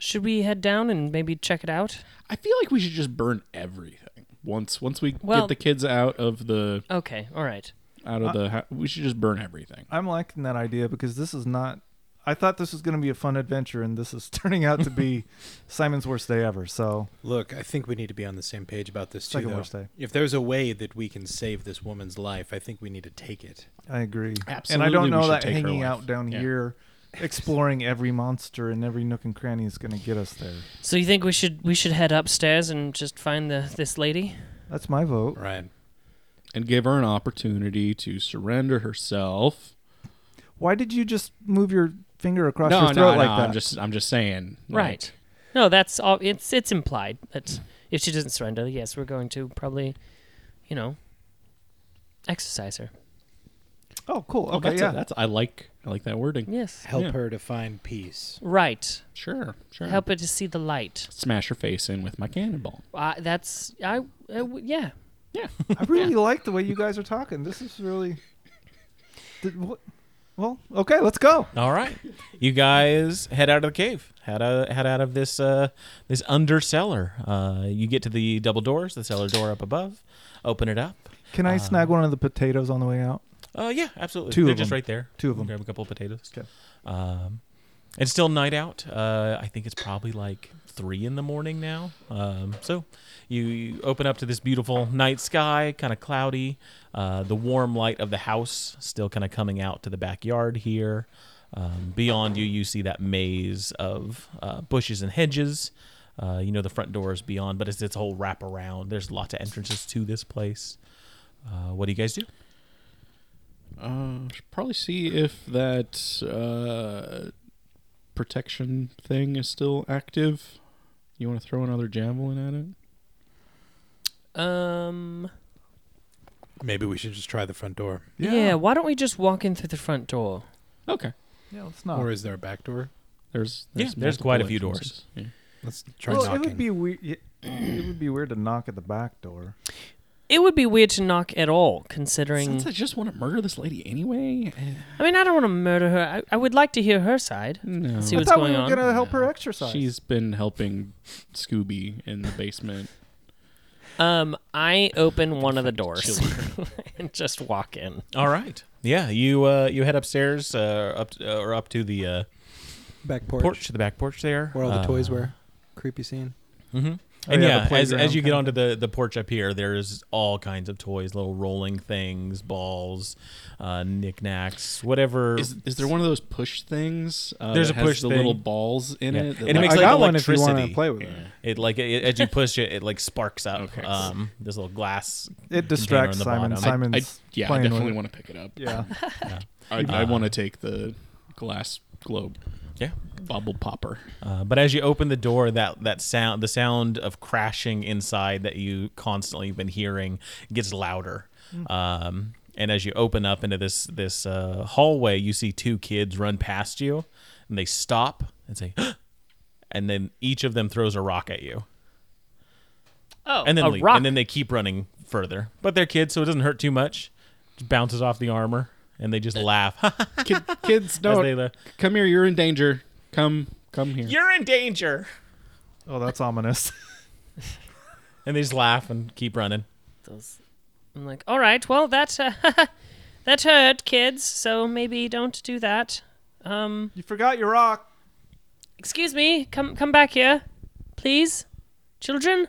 [SPEAKER 2] Should we head down and maybe check it out?
[SPEAKER 4] I feel like we should just burn everything. Once once we
[SPEAKER 2] Well-
[SPEAKER 4] get the kids out of the
[SPEAKER 2] Okay, all right.
[SPEAKER 4] out of the hou- we should just burn everything.
[SPEAKER 3] I'm liking that idea because this is not. I thought this was going to be a fun adventure, and this is (laughs) turning out to be Simon's worst day ever. So
[SPEAKER 5] Look, I think we need to be on the same page about this too.
[SPEAKER 3] Second
[SPEAKER 5] though.
[SPEAKER 3] worst day.
[SPEAKER 5] If there's a way that we can save this woman's life, I think we need to take it.
[SPEAKER 3] I agree. And I
[SPEAKER 4] Absolutely,
[SPEAKER 3] don't
[SPEAKER 4] we
[SPEAKER 3] know
[SPEAKER 4] should
[SPEAKER 3] that
[SPEAKER 4] take her
[SPEAKER 3] hanging
[SPEAKER 4] life.
[SPEAKER 3] out down
[SPEAKER 4] Yeah.
[SPEAKER 3] here, exploring every monster and every nook and cranny is going to get us there.
[SPEAKER 2] So you think we should we should head upstairs and just find the this lady?
[SPEAKER 3] That's my vote.
[SPEAKER 5] Right.
[SPEAKER 4] and give her an opportunity to surrender herself.
[SPEAKER 3] Why did you just move your finger across
[SPEAKER 4] no,
[SPEAKER 3] your throat
[SPEAKER 4] no,
[SPEAKER 3] like
[SPEAKER 4] no.
[SPEAKER 3] that?
[SPEAKER 4] I'm just, I'm just saying. like,
[SPEAKER 2] Right. No, that's all. It's it's implied that if she doesn't surrender, yes, we're going to probably, you know, exercise her.
[SPEAKER 3] oh, cool.
[SPEAKER 4] Oh,
[SPEAKER 3] Okay,
[SPEAKER 4] that's a-
[SPEAKER 3] yeah.
[SPEAKER 4] that's. I like, I like that wording.
[SPEAKER 2] Yes.
[SPEAKER 5] Help
[SPEAKER 4] Yeah.
[SPEAKER 5] her to find peace.
[SPEAKER 2] Right.
[SPEAKER 4] Sure, sure.
[SPEAKER 2] Help her to see the light.
[SPEAKER 4] Smash her face in with my cannonball.
[SPEAKER 2] Uh, that's I. Uh, w- yeah.
[SPEAKER 4] Yeah.
[SPEAKER 3] I really like the way you guys are talking. This is really. Did, what? Well, okay, let's go.
[SPEAKER 1] All right, you guys head out of the cave. Head out, head out of this uh, this under cellar. Uh, you get to the double doors, the cellar door up above. Open it up.
[SPEAKER 3] Can I
[SPEAKER 4] Uh,
[SPEAKER 3] snag one of the potatoes on the way out?
[SPEAKER 1] Uh, yeah, absolutely.
[SPEAKER 3] Two
[SPEAKER 1] They're
[SPEAKER 3] of
[SPEAKER 1] just
[SPEAKER 3] them.
[SPEAKER 1] right there.
[SPEAKER 3] Two of them.
[SPEAKER 1] Grab a couple of potatoes.
[SPEAKER 3] Okay.
[SPEAKER 1] Um, it's still night out. Uh, I think it's probably like three in the morning now. Um, so you, you open up to this beautiful night sky, kind of cloudy. Uh, the warm light of the house still kind of coming out to the backyard here. Um, beyond you, you see that maze of uh, bushes and hedges. Uh, you know the front door is beyond, but it's its whole wraparound. There's lots of entrances to this place. Uh, what do you guys do?
[SPEAKER 4] (laughs) Uh, should probably see if that uh, protection thing is still active. You want to throw another javelin at it?
[SPEAKER 2] Um.
[SPEAKER 5] Maybe we should just try the front door.
[SPEAKER 2] Yeah. Why don't we just walk in through the front door?
[SPEAKER 4] Okay.
[SPEAKER 3] Yeah, let's not.
[SPEAKER 5] Or is there a back door?
[SPEAKER 4] There's
[SPEAKER 1] Yeah,
[SPEAKER 4] there's,
[SPEAKER 1] there's quite a
[SPEAKER 4] multiple
[SPEAKER 1] few
[SPEAKER 4] entrances. Yeah.
[SPEAKER 5] Let's try
[SPEAKER 3] well, it
[SPEAKER 5] knocking.
[SPEAKER 3] would be weird. It would be weird to knock at the back door.
[SPEAKER 2] It would be weird to knock at all, considering.
[SPEAKER 4] Since I just want to murder this lady anyway. eh,
[SPEAKER 2] I mean, I don't want to murder her. I, I would like to hear her side.
[SPEAKER 4] No.
[SPEAKER 2] See
[SPEAKER 3] I
[SPEAKER 2] what's
[SPEAKER 3] thought we
[SPEAKER 2] going
[SPEAKER 3] were
[SPEAKER 2] on.
[SPEAKER 3] gonna help her exercise.
[SPEAKER 4] She's been helping Scooby in the basement.
[SPEAKER 2] Um, I open one of the doors
[SPEAKER 4] Chili.
[SPEAKER 2] (laughs) and just walk in.
[SPEAKER 1] All right. Yeah, you uh, you head upstairs uh, up uh, or up to the uh,
[SPEAKER 5] back
[SPEAKER 1] porch. the back porch there,
[SPEAKER 5] where all the
[SPEAKER 1] Uh,
[SPEAKER 5] toys were. Creepy scene.
[SPEAKER 1] hmm
[SPEAKER 3] Oh,
[SPEAKER 1] and
[SPEAKER 3] yeah,
[SPEAKER 1] yeah,
[SPEAKER 3] the
[SPEAKER 1] as, as you
[SPEAKER 3] playground
[SPEAKER 1] get
[SPEAKER 3] kinda
[SPEAKER 1] onto the, the porch up here, there's all kinds of toys, little rolling things, balls, uh, knickknacks, whatever.
[SPEAKER 4] Is, is there one of those push things? Uh,
[SPEAKER 1] There's
[SPEAKER 4] that
[SPEAKER 1] a
[SPEAKER 4] has
[SPEAKER 1] push
[SPEAKER 4] the
[SPEAKER 1] thing.
[SPEAKER 4] little balls in
[SPEAKER 1] Yeah.
[SPEAKER 4] it. that
[SPEAKER 1] And it
[SPEAKER 4] like-
[SPEAKER 1] makes
[SPEAKER 5] I
[SPEAKER 1] like
[SPEAKER 5] got one if you wanna
[SPEAKER 1] electricity.
[SPEAKER 5] play with it.
[SPEAKER 4] Yeah.
[SPEAKER 1] It like it, as you push it, it like sparks up.
[SPEAKER 4] Okay.
[SPEAKER 1] Um, this little glass.
[SPEAKER 3] It distracts
[SPEAKER 1] container on
[SPEAKER 3] Simon.
[SPEAKER 1] the
[SPEAKER 4] I-
[SPEAKER 1] bottom.
[SPEAKER 3] Simon's
[SPEAKER 4] I, yeah, I
[SPEAKER 3] playing
[SPEAKER 4] definitely
[SPEAKER 3] with-
[SPEAKER 4] want to pick it up.
[SPEAKER 3] Yeah.
[SPEAKER 4] I, I want to take the glass globe
[SPEAKER 1] Yeah.
[SPEAKER 4] bubble popper.
[SPEAKER 1] Uh, but as you open the door, that that sound, the sound of crashing inside that you constantly been hearing, gets louder. Um, and as you open up into this this uh, hallway, you see two kids run past you, and they stop and say, and then each of them throws a rock at you,
[SPEAKER 2] Oh,
[SPEAKER 1] and then
[SPEAKER 2] a
[SPEAKER 1] leave.
[SPEAKER 2] rock.
[SPEAKER 1] and then they keep running further. But they're kids, so it doesn't hurt too much. Just bounces off the armor, and they just laugh. (laughs)
[SPEAKER 4] Kid, kids,
[SPEAKER 1] as
[SPEAKER 4] don't
[SPEAKER 1] they uh, la-
[SPEAKER 4] come here. You're in danger. Come, come here.
[SPEAKER 1] You're in danger.
[SPEAKER 3] Oh, that's ominous. (laughs)
[SPEAKER 1] And they just laugh and keep running.
[SPEAKER 2] Those- I'm like, all right, well that uh, (laughs) that hurt, kids. So maybe don't do that. Um,
[SPEAKER 3] you forgot your rock.
[SPEAKER 2] excuse me, come come back here, please, children.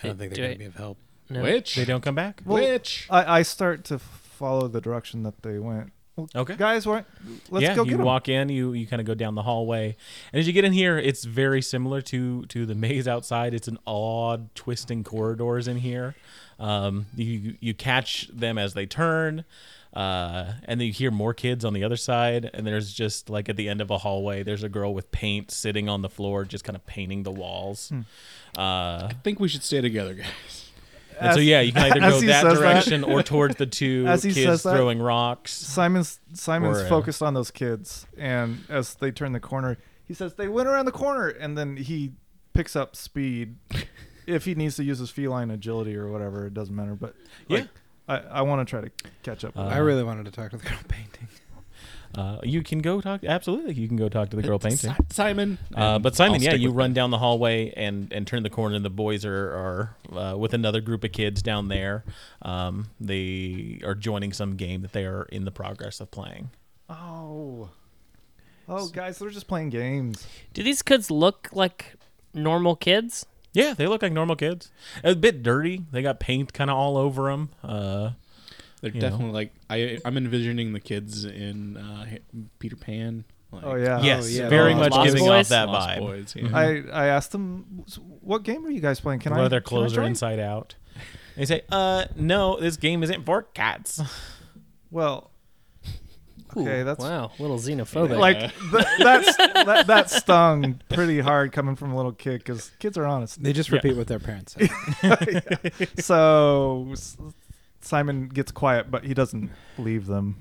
[SPEAKER 5] I don't think
[SPEAKER 2] Do
[SPEAKER 5] they're going
[SPEAKER 2] it.
[SPEAKER 5] to be of help.
[SPEAKER 2] No.
[SPEAKER 4] Which
[SPEAKER 1] They don't come back.
[SPEAKER 3] Well,
[SPEAKER 4] Which
[SPEAKER 3] I, I start to follow the direction that they went. Well,
[SPEAKER 1] Okay.
[SPEAKER 3] Guys, why, let's
[SPEAKER 1] yeah,
[SPEAKER 3] go
[SPEAKER 1] you
[SPEAKER 3] get 'em.
[SPEAKER 1] walk in, you you kind of go down the hallway, and as you get in here, it's very similar to to the maze outside. It's an odd twisting corridors in here. Um, you you catch them as they turn, uh, and then you hear more kids on the other side. And there's just like at the end of a hallway, there's a girl with paint sitting on the floor, just kind of painting the walls. Uh,
[SPEAKER 4] I think we should stay together, guys.
[SPEAKER 1] and so
[SPEAKER 3] Hmm. As-
[SPEAKER 1] yeah, you can either
[SPEAKER 3] (laughs) as
[SPEAKER 1] go
[SPEAKER 3] he
[SPEAKER 1] that
[SPEAKER 3] says that-
[SPEAKER 1] direction or towards the two
[SPEAKER 3] (laughs) As he
[SPEAKER 1] kids
[SPEAKER 3] says that-
[SPEAKER 1] throwing rocks.
[SPEAKER 3] Simon's Simon's
[SPEAKER 1] Or, uh,
[SPEAKER 3] focused on those kids, and as they turn the corner, he says they went around the corner, and then he picks
[SPEAKER 1] (laughs)
[SPEAKER 3] up speed. if he needs to use his feline agility or whatever, it doesn't matter. But like, I, I want to try to catch up. with
[SPEAKER 1] Uh,
[SPEAKER 3] him.
[SPEAKER 5] I really wanted to talk to the girl (laughs) painting.
[SPEAKER 1] Uh, you can go talk. Absolutely, you can go talk to the girl painting.
[SPEAKER 4] (laughs) Si- Simon.
[SPEAKER 1] Uh,
[SPEAKER 4] And
[SPEAKER 1] but Simon,
[SPEAKER 4] I'll
[SPEAKER 1] yeah,
[SPEAKER 4] stick
[SPEAKER 1] you
[SPEAKER 4] with
[SPEAKER 1] run down the hallway and and turn the corner, and the boys are are uh, with another group of kids down there. Um, they are joining some game that they are in the progress of playing.
[SPEAKER 3] oh, Oh, guys, they're just playing games.
[SPEAKER 2] Do these kids look like normal kids?
[SPEAKER 1] Yeah, they look like normal kids. A bit dirty. They got paint kind of all over them. Uh,
[SPEAKER 4] They're
[SPEAKER 1] You know.
[SPEAKER 4] definitely like I. I'm envisioning the kids in uh, Peter Pan. Like,
[SPEAKER 3] Oh yeah.
[SPEAKER 1] yes,
[SPEAKER 5] yeah,
[SPEAKER 1] very
[SPEAKER 5] the
[SPEAKER 1] much
[SPEAKER 2] Lost
[SPEAKER 1] giving
[SPEAKER 2] Boys?
[SPEAKER 1] off that
[SPEAKER 4] Lost
[SPEAKER 1] vibe.
[SPEAKER 4] Boys, yeah.
[SPEAKER 3] I I asked them, what game are you guys playing? Can I?
[SPEAKER 1] Whether their
[SPEAKER 3] can I
[SPEAKER 1] clothes are
[SPEAKER 3] join?"
[SPEAKER 1] inside out. They say, "Uh, no, this game isn't for cats."
[SPEAKER 3] Well, Okay, that's-
[SPEAKER 2] wow, a little xenophobic.
[SPEAKER 3] like th- that's that, that stung pretty hard coming from a little kid because kids are honest.
[SPEAKER 5] They just
[SPEAKER 1] Yeah.
[SPEAKER 5] repeat what their parents say.
[SPEAKER 3] So S- Simon gets quiet, but he doesn't leave them.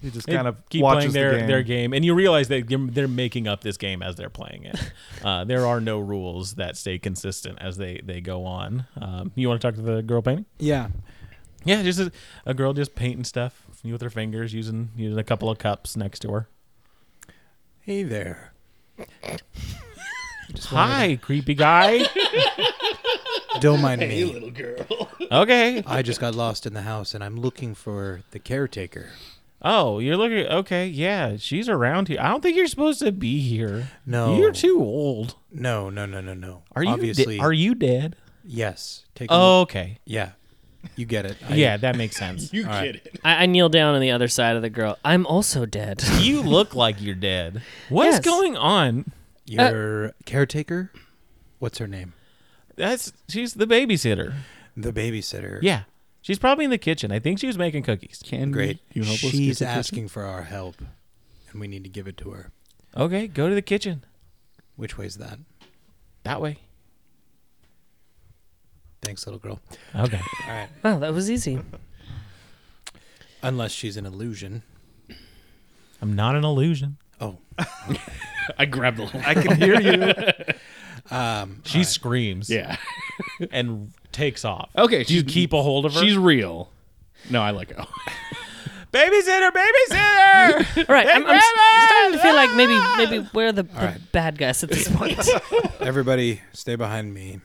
[SPEAKER 3] He just
[SPEAKER 1] They
[SPEAKER 3] kind of
[SPEAKER 1] keep
[SPEAKER 3] watches
[SPEAKER 1] playing their
[SPEAKER 3] the game.
[SPEAKER 1] their game, and you realize that they're- they're making up this game as they're playing it. (laughs) uh, there are no rules that stay consistent as they they go on. Um, you want to talk to the girl painting?
[SPEAKER 5] (laughs) yeah.
[SPEAKER 1] Yeah, just a, a girl just painting stuff with her fingers, using using a couple of cups next to her.
[SPEAKER 5] Hey there.
[SPEAKER 1] (laughs) Hi, creepy guy.
[SPEAKER 5] (laughs) Don't mind me.
[SPEAKER 1] okay.
[SPEAKER 5] I just got lost in the house and I'm looking for the caretaker.
[SPEAKER 1] Oh, you're looking. Okay, yeah, she's around here. I don't think you're supposed to be here.
[SPEAKER 5] No.
[SPEAKER 1] you're too old.
[SPEAKER 5] No, no, no, no, no.
[SPEAKER 1] Are you? de-
[SPEAKER 5] obviously?
[SPEAKER 1] are you dead?
[SPEAKER 5] Yes. Take. A
[SPEAKER 1] Oh,
[SPEAKER 5] look.
[SPEAKER 1] okay.
[SPEAKER 5] yeah. You get it. I-
[SPEAKER 1] yeah, that makes sense.
[SPEAKER 4] (laughs) you get
[SPEAKER 5] right.
[SPEAKER 4] it.
[SPEAKER 2] I, I kneel down on the other side of the girl. I'm also dead. (laughs)
[SPEAKER 1] you look like you're dead. What's
[SPEAKER 2] Yes.
[SPEAKER 1] going on?
[SPEAKER 5] Your caretaker. What's her name?
[SPEAKER 1] That's she's the babysitter.
[SPEAKER 5] The babysitter.
[SPEAKER 1] Yeah, she's probably in the kitchen. I think she was making cookies.
[SPEAKER 4] Can
[SPEAKER 5] Great.
[SPEAKER 4] Mm-hmm. You help us get
[SPEAKER 5] She's
[SPEAKER 4] the kitchen?
[SPEAKER 5] asking for our help, and we need to give it to her.
[SPEAKER 1] Okay, go to the kitchen
[SPEAKER 5] Which way's that?
[SPEAKER 1] that way.
[SPEAKER 5] Thanks, little girl.
[SPEAKER 1] Okay.
[SPEAKER 5] All right.
[SPEAKER 2] wow, that was easy.
[SPEAKER 5] Unless she's an illusion.
[SPEAKER 1] I'm not an illusion.
[SPEAKER 5] Oh.
[SPEAKER 4] (laughs) I grabbed the. Line.
[SPEAKER 3] I can hear you.
[SPEAKER 5] Um.
[SPEAKER 1] She screams
[SPEAKER 4] Yeah.
[SPEAKER 1] and takes off.
[SPEAKER 4] (laughs) Okay.
[SPEAKER 1] Do you keep a hold of her?
[SPEAKER 4] She's real. No, I let go. (laughs)
[SPEAKER 1] babysitter, babysitter.
[SPEAKER 2] All right, I'm, I'm s- starting to feel like maybe maybe we're the, the
[SPEAKER 5] right.
[SPEAKER 2] bad guys
[SPEAKER 1] (laughs)
[SPEAKER 2] at this point.
[SPEAKER 5] Everybody, stay behind me.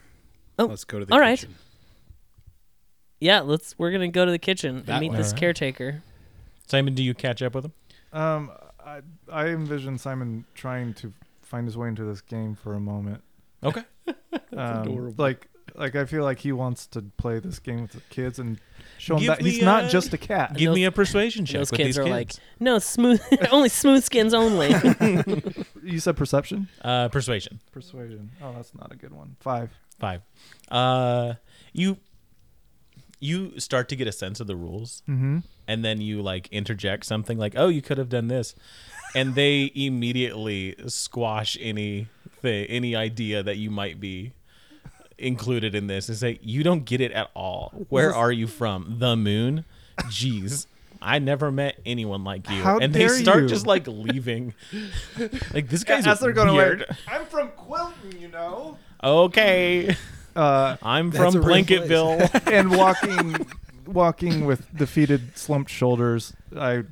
[SPEAKER 2] Oh,
[SPEAKER 5] Let's go to the
[SPEAKER 2] all right.
[SPEAKER 5] kitchen.
[SPEAKER 2] yeah, let's. We're gonna go to the kitchen
[SPEAKER 4] That
[SPEAKER 2] and meet
[SPEAKER 4] way.
[SPEAKER 2] this
[SPEAKER 1] All right.
[SPEAKER 2] caretaker.
[SPEAKER 1] (laughs) Simon, do you catch up with him?
[SPEAKER 3] Um, I I envision Simon trying to find his way into this game for a moment.
[SPEAKER 1] Okay.
[SPEAKER 3] Um,
[SPEAKER 4] adorable.
[SPEAKER 3] Like like I feel like he wants to play this game with the kids and show them
[SPEAKER 1] Give
[SPEAKER 3] that he's
[SPEAKER 1] me
[SPEAKER 3] not
[SPEAKER 1] a-
[SPEAKER 3] just a cat.
[SPEAKER 1] Give
[SPEAKER 2] those-
[SPEAKER 1] me a persuasion
[SPEAKER 2] And
[SPEAKER 1] check.
[SPEAKER 2] those
[SPEAKER 1] with
[SPEAKER 2] kids
[SPEAKER 1] these
[SPEAKER 2] are
[SPEAKER 1] kids.
[SPEAKER 2] like, no, smooth, (laughs) only smooth skins only. (laughs)
[SPEAKER 3] You said perception.
[SPEAKER 1] uh, persuasion
[SPEAKER 3] Persuasion. Oh, that's not a good one. Five.
[SPEAKER 1] five. Uh, you you start to get a sense of the rules,
[SPEAKER 3] Mm-hmm.
[SPEAKER 1] and then you like interject something like, "Oh, you could have done this," and they (laughs) immediately squash any thing, any idea that you might be included in this, and say, "You don't get it at all. Where are you from? The moon? Jeez." I never met anyone like you,
[SPEAKER 3] How
[SPEAKER 1] and they
[SPEAKER 3] dare
[SPEAKER 1] start
[SPEAKER 3] you.
[SPEAKER 1] just like
[SPEAKER 3] (laughs)
[SPEAKER 1] leaving. like this guy's
[SPEAKER 3] As they're going
[SPEAKER 1] weird.
[SPEAKER 3] away. I'm from Quilton, you know.
[SPEAKER 1] Okay,
[SPEAKER 3] Uh,
[SPEAKER 1] I'm
[SPEAKER 5] That's
[SPEAKER 1] from
[SPEAKER 5] a real
[SPEAKER 3] (laughs)
[SPEAKER 5] place.
[SPEAKER 1] Blanketville.
[SPEAKER 3] and walking, (laughs) walking with defeated, slumped shoulders, I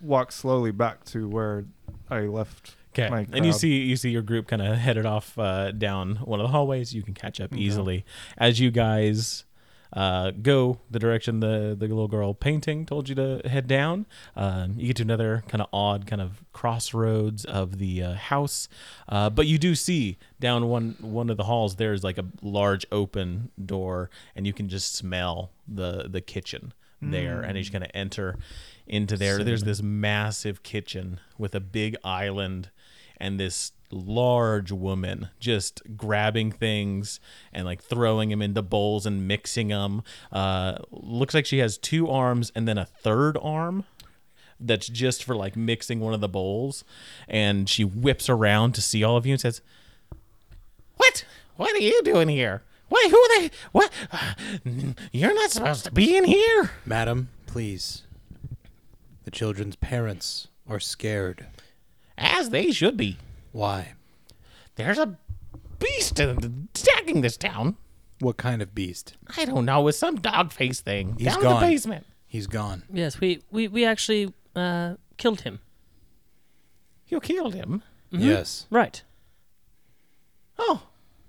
[SPEAKER 3] walk slowly back to where I left.
[SPEAKER 1] Okay,
[SPEAKER 3] my
[SPEAKER 1] and you
[SPEAKER 3] crowd.
[SPEAKER 1] see you see your group kind of headed off uh, down one of the hallways. You can catch up easily as you guys uh, go the direction the the little girl painting told you to head down. Um, you get to another kind of odd kind of crossroads of the uh, house, uh, but you do see down one one of the halls there's like a large open door, and you can just smell the the kitchen there, and as you kind of enter into there, there's this massive kitchen with a big island and this large woman just grabbing things and like throwing them into bowls and mixing them. Uh, looks like she has two arms and then a third arm that's just for like mixing one of the bowls. And she whips around to see all of you and says, "What? What are you doing here? Wait, who are they? What? (sighs) You're not supposed to be in here."
[SPEAKER 5] Madam, please. The children's parents are scared.
[SPEAKER 1] As they should be.
[SPEAKER 5] Why?
[SPEAKER 1] There's a beast attacking this town.
[SPEAKER 5] What kind of beast?
[SPEAKER 1] I don't know, with some dog face thing
[SPEAKER 5] He's
[SPEAKER 1] down
[SPEAKER 5] gone.
[SPEAKER 1] in the basement.
[SPEAKER 5] He's gone.
[SPEAKER 2] yes, we we we actually uh, killed him.
[SPEAKER 1] You killed him.
[SPEAKER 5] Yes.
[SPEAKER 2] Right.
[SPEAKER 1] Oh,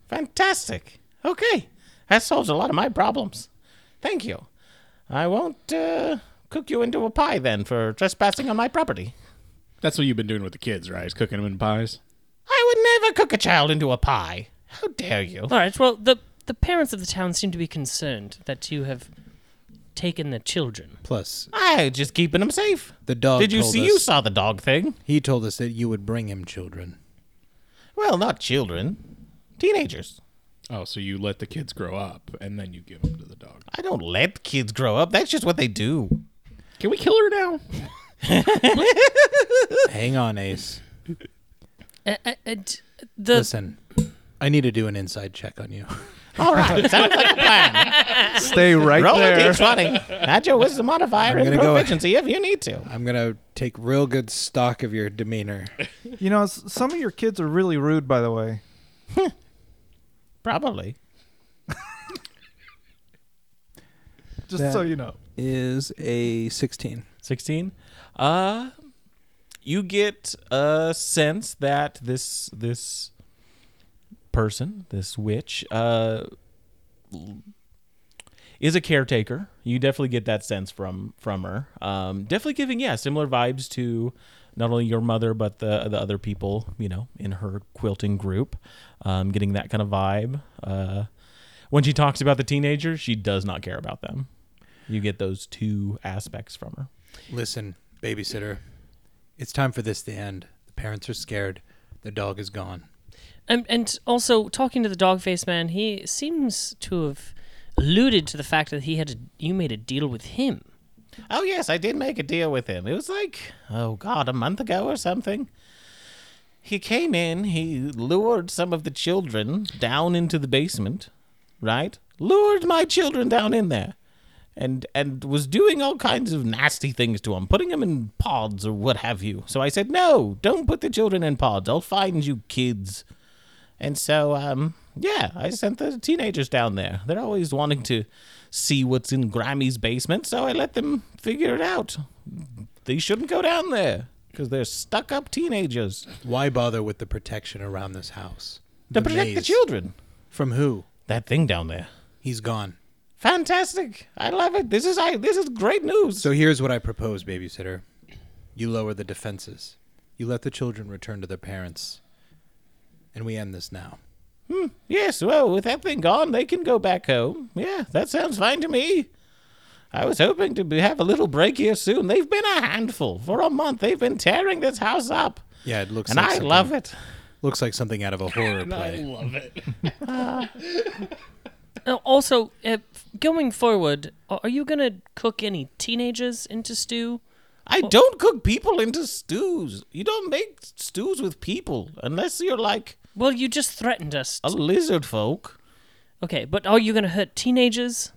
[SPEAKER 1] fantastic. Okay, that solves a lot of my problems. Thank you. I won't uh, cook you into a pie then for trespassing on my property.
[SPEAKER 4] That's what you've been doing with the kids, right? Is cooking them in pies.
[SPEAKER 1] I would never cook a child into a pie. How dare you?
[SPEAKER 2] All right. Well, the the parents of the town seem to be concerned that you have taken their children.
[SPEAKER 5] Plus,
[SPEAKER 1] I just keeping them safe.
[SPEAKER 5] the dog.
[SPEAKER 1] Did you
[SPEAKER 5] told
[SPEAKER 1] see you
[SPEAKER 5] us-
[SPEAKER 1] saw the dog thing?
[SPEAKER 5] He told us that you would bring him children.
[SPEAKER 1] Well, not children, teenagers.
[SPEAKER 4] Oh, so you let the kids grow up and then you give them to the dog.
[SPEAKER 1] I don't let kids grow up. That's just what they do.
[SPEAKER 4] Can we kill her now?
[SPEAKER 5] Hang
[SPEAKER 1] (laughs)
[SPEAKER 5] on, Ace.
[SPEAKER 2] Uh, uh, uh, d- the
[SPEAKER 5] Listen, I need to do an inside check on you.
[SPEAKER 1] All right, sounds like a plan.
[SPEAKER 3] Stay right
[SPEAKER 1] Roll a
[SPEAKER 3] there.
[SPEAKER 1] d20. Add your wisdom modifier and
[SPEAKER 5] gonna go-
[SPEAKER 1] proficiency if you need to.
[SPEAKER 5] I'm gonna take real good stock of your demeanor.
[SPEAKER 3] You know, s- some of your kids are really rude, by the way.
[SPEAKER 1] Probably.
[SPEAKER 3] Just
[SPEAKER 5] That-
[SPEAKER 3] so you know.
[SPEAKER 5] Is a 16.
[SPEAKER 1] 16 uh you get a sense that this this person this witch uh l- is a caretaker you definitely get that sense from from her um definitely giving yeah similar vibes to not only your mother but the the other people you know in her quilting group um getting that kind of vibe uh when she talks about the teenagers she does not care about them you get those two aspects from her
[SPEAKER 5] Listen, babysitter, it's time for this to end. The parents are scared. The dog is gone.
[SPEAKER 2] and, and also talking to the dog face man, he seems to have alluded to the fact that he had a, you made a deal with him.
[SPEAKER 1] Oh yes, I did make a deal with him. It was like oh god, a month ago or something. He came in, he lured some of the children down into the basement, right? Lured my children down in there. And and was doing all kinds of nasty things to them, putting them in pods or what have you. So I said, "No, don't put the children in pods. I'll find you kids." And so, um, yeah, I sent the teenagers down there. They're always wanting to see what's in Grammy's basement, so I let them figure it out. They shouldn't go down there because they're stuck up teenagers
[SPEAKER 5] Why bother with the protection around this house?
[SPEAKER 1] to protect the
[SPEAKER 5] maze.
[SPEAKER 1] children.
[SPEAKER 5] From who?
[SPEAKER 1] That thing down there.
[SPEAKER 5] He's gone.
[SPEAKER 1] Fantastic! I love it. This is I. This is great news.
[SPEAKER 5] So here's what I propose, babysitter. You lower the defenses. You let the children return to their parents. And we end this now.
[SPEAKER 1] Yes, well, with that thing gone, they can go back home. Yeah, that sounds fine to me. I was hoping to be, have a little break here soon. They've been a handful for a month. They've been tearing this house up,
[SPEAKER 5] Yeah, it looks
[SPEAKER 1] and
[SPEAKER 5] like
[SPEAKER 1] I
[SPEAKER 5] something-
[SPEAKER 1] love it.
[SPEAKER 5] looks like something out
[SPEAKER 1] (laughs)
[SPEAKER 5] of a horror play.
[SPEAKER 4] love it.
[SPEAKER 2] Now, also, uh, f- going forward, a- are you gonna cook any teenagers into stew?
[SPEAKER 1] I don't cook people into stews. You don't make stews with people unless you're like
[SPEAKER 2] Well, you just threatened us.
[SPEAKER 1] a lizard folk.
[SPEAKER 2] Okay, but are you gonna hurt teenagers?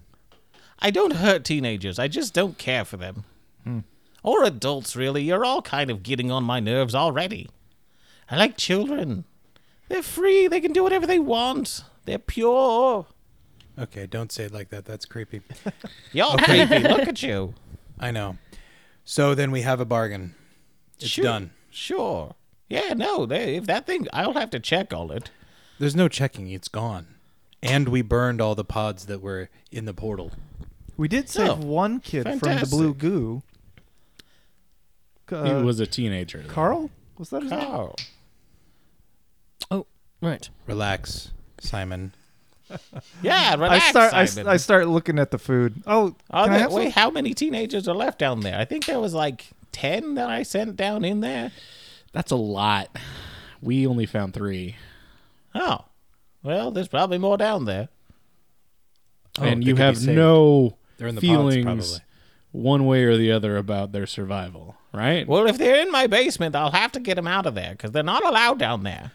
[SPEAKER 1] I don't hurt teenagers. I just don't care for them.
[SPEAKER 3] Hmm.
[SPEAKER 1] Or adults, really. You're all kind of getting on my nerves already. I like children. They're free. They can do whatever they want. They're pure.
[SPEAKER 5] Okay, don't say it like that. That's creepy.
[SPEAKER 1] You're creepy. Look at
[SPEAKER 3] (laughs)
[SPEAKER 1] you.
[SPEAKER 5] I know. So then we have a bargain. It's
[SPEAKER 1] Sure.
[SPEAKER 5] done.
[SPEAKER 1] Sure. Yeah, no. They, if that thing, I'll have to check on
[SPEAKER 3] (laughs)
[SPEAKER 1] it.
[SPEAKER 5] There's no checking. It's gone. And we burned all the pods that were in the portal.
[SPEAKER 3] We did save
[SPEAKER 1] Oh,
[SPEAKER 3] one kid from the blue
[SPEAKER 1] fantastic.
[SPEAKER 3] goo. C-
[SPEAKER 4] (laughs) he
[SPEAKER 3] uh,
[SPEAKER 4] was a teenager. though.
[SPEAKER 3] Carl? Was that his name?
[SPEAKER 1] Oh.
[SPEAKER 2] Oh, right.
[SPEAKER 5] Relax, Simon.
[SPEAKER 1] Yeah,
[SPEAKER 3] I
[SPEAKER 1] relax,
[SPEAKER 3] start I, s-
[SPEAKER 1] Simon.
[SPEAKER 3] I start looking at the food. Oh,
[SPEAKER 1] Are
[SPEAKER 3] can I
[SPEAKER 1] there-
[SPEAKER 3] have some?
[SPEAKER 1] wait, how many teenagers are left down there? I think there was like 10 that I sent down in there.
[SPEAKER 4] That's a lot. We only found three,
[SPEAKER 1] Oh. Well, there's probably more down there.
[SPEAKER 5] Oh,
[SPEAKER 4] and
[SPEAKER 5] they
[SPEAKER 4] you
[SPEAKER 5] could be
[SPEAKER 4] have
[SPEAKER 5] saved.
[SPEAKER 4] no
[SPEAKER 5] They're in the pods,
[SPEAKER 4] feelings
[SPEAKER 5] probably.
[SPEAKER 4] one way or the other about their survival, right?
[SPEAKER 1] Well, if they're in my basement, I'll have to get them out of there because they're not allowed down there.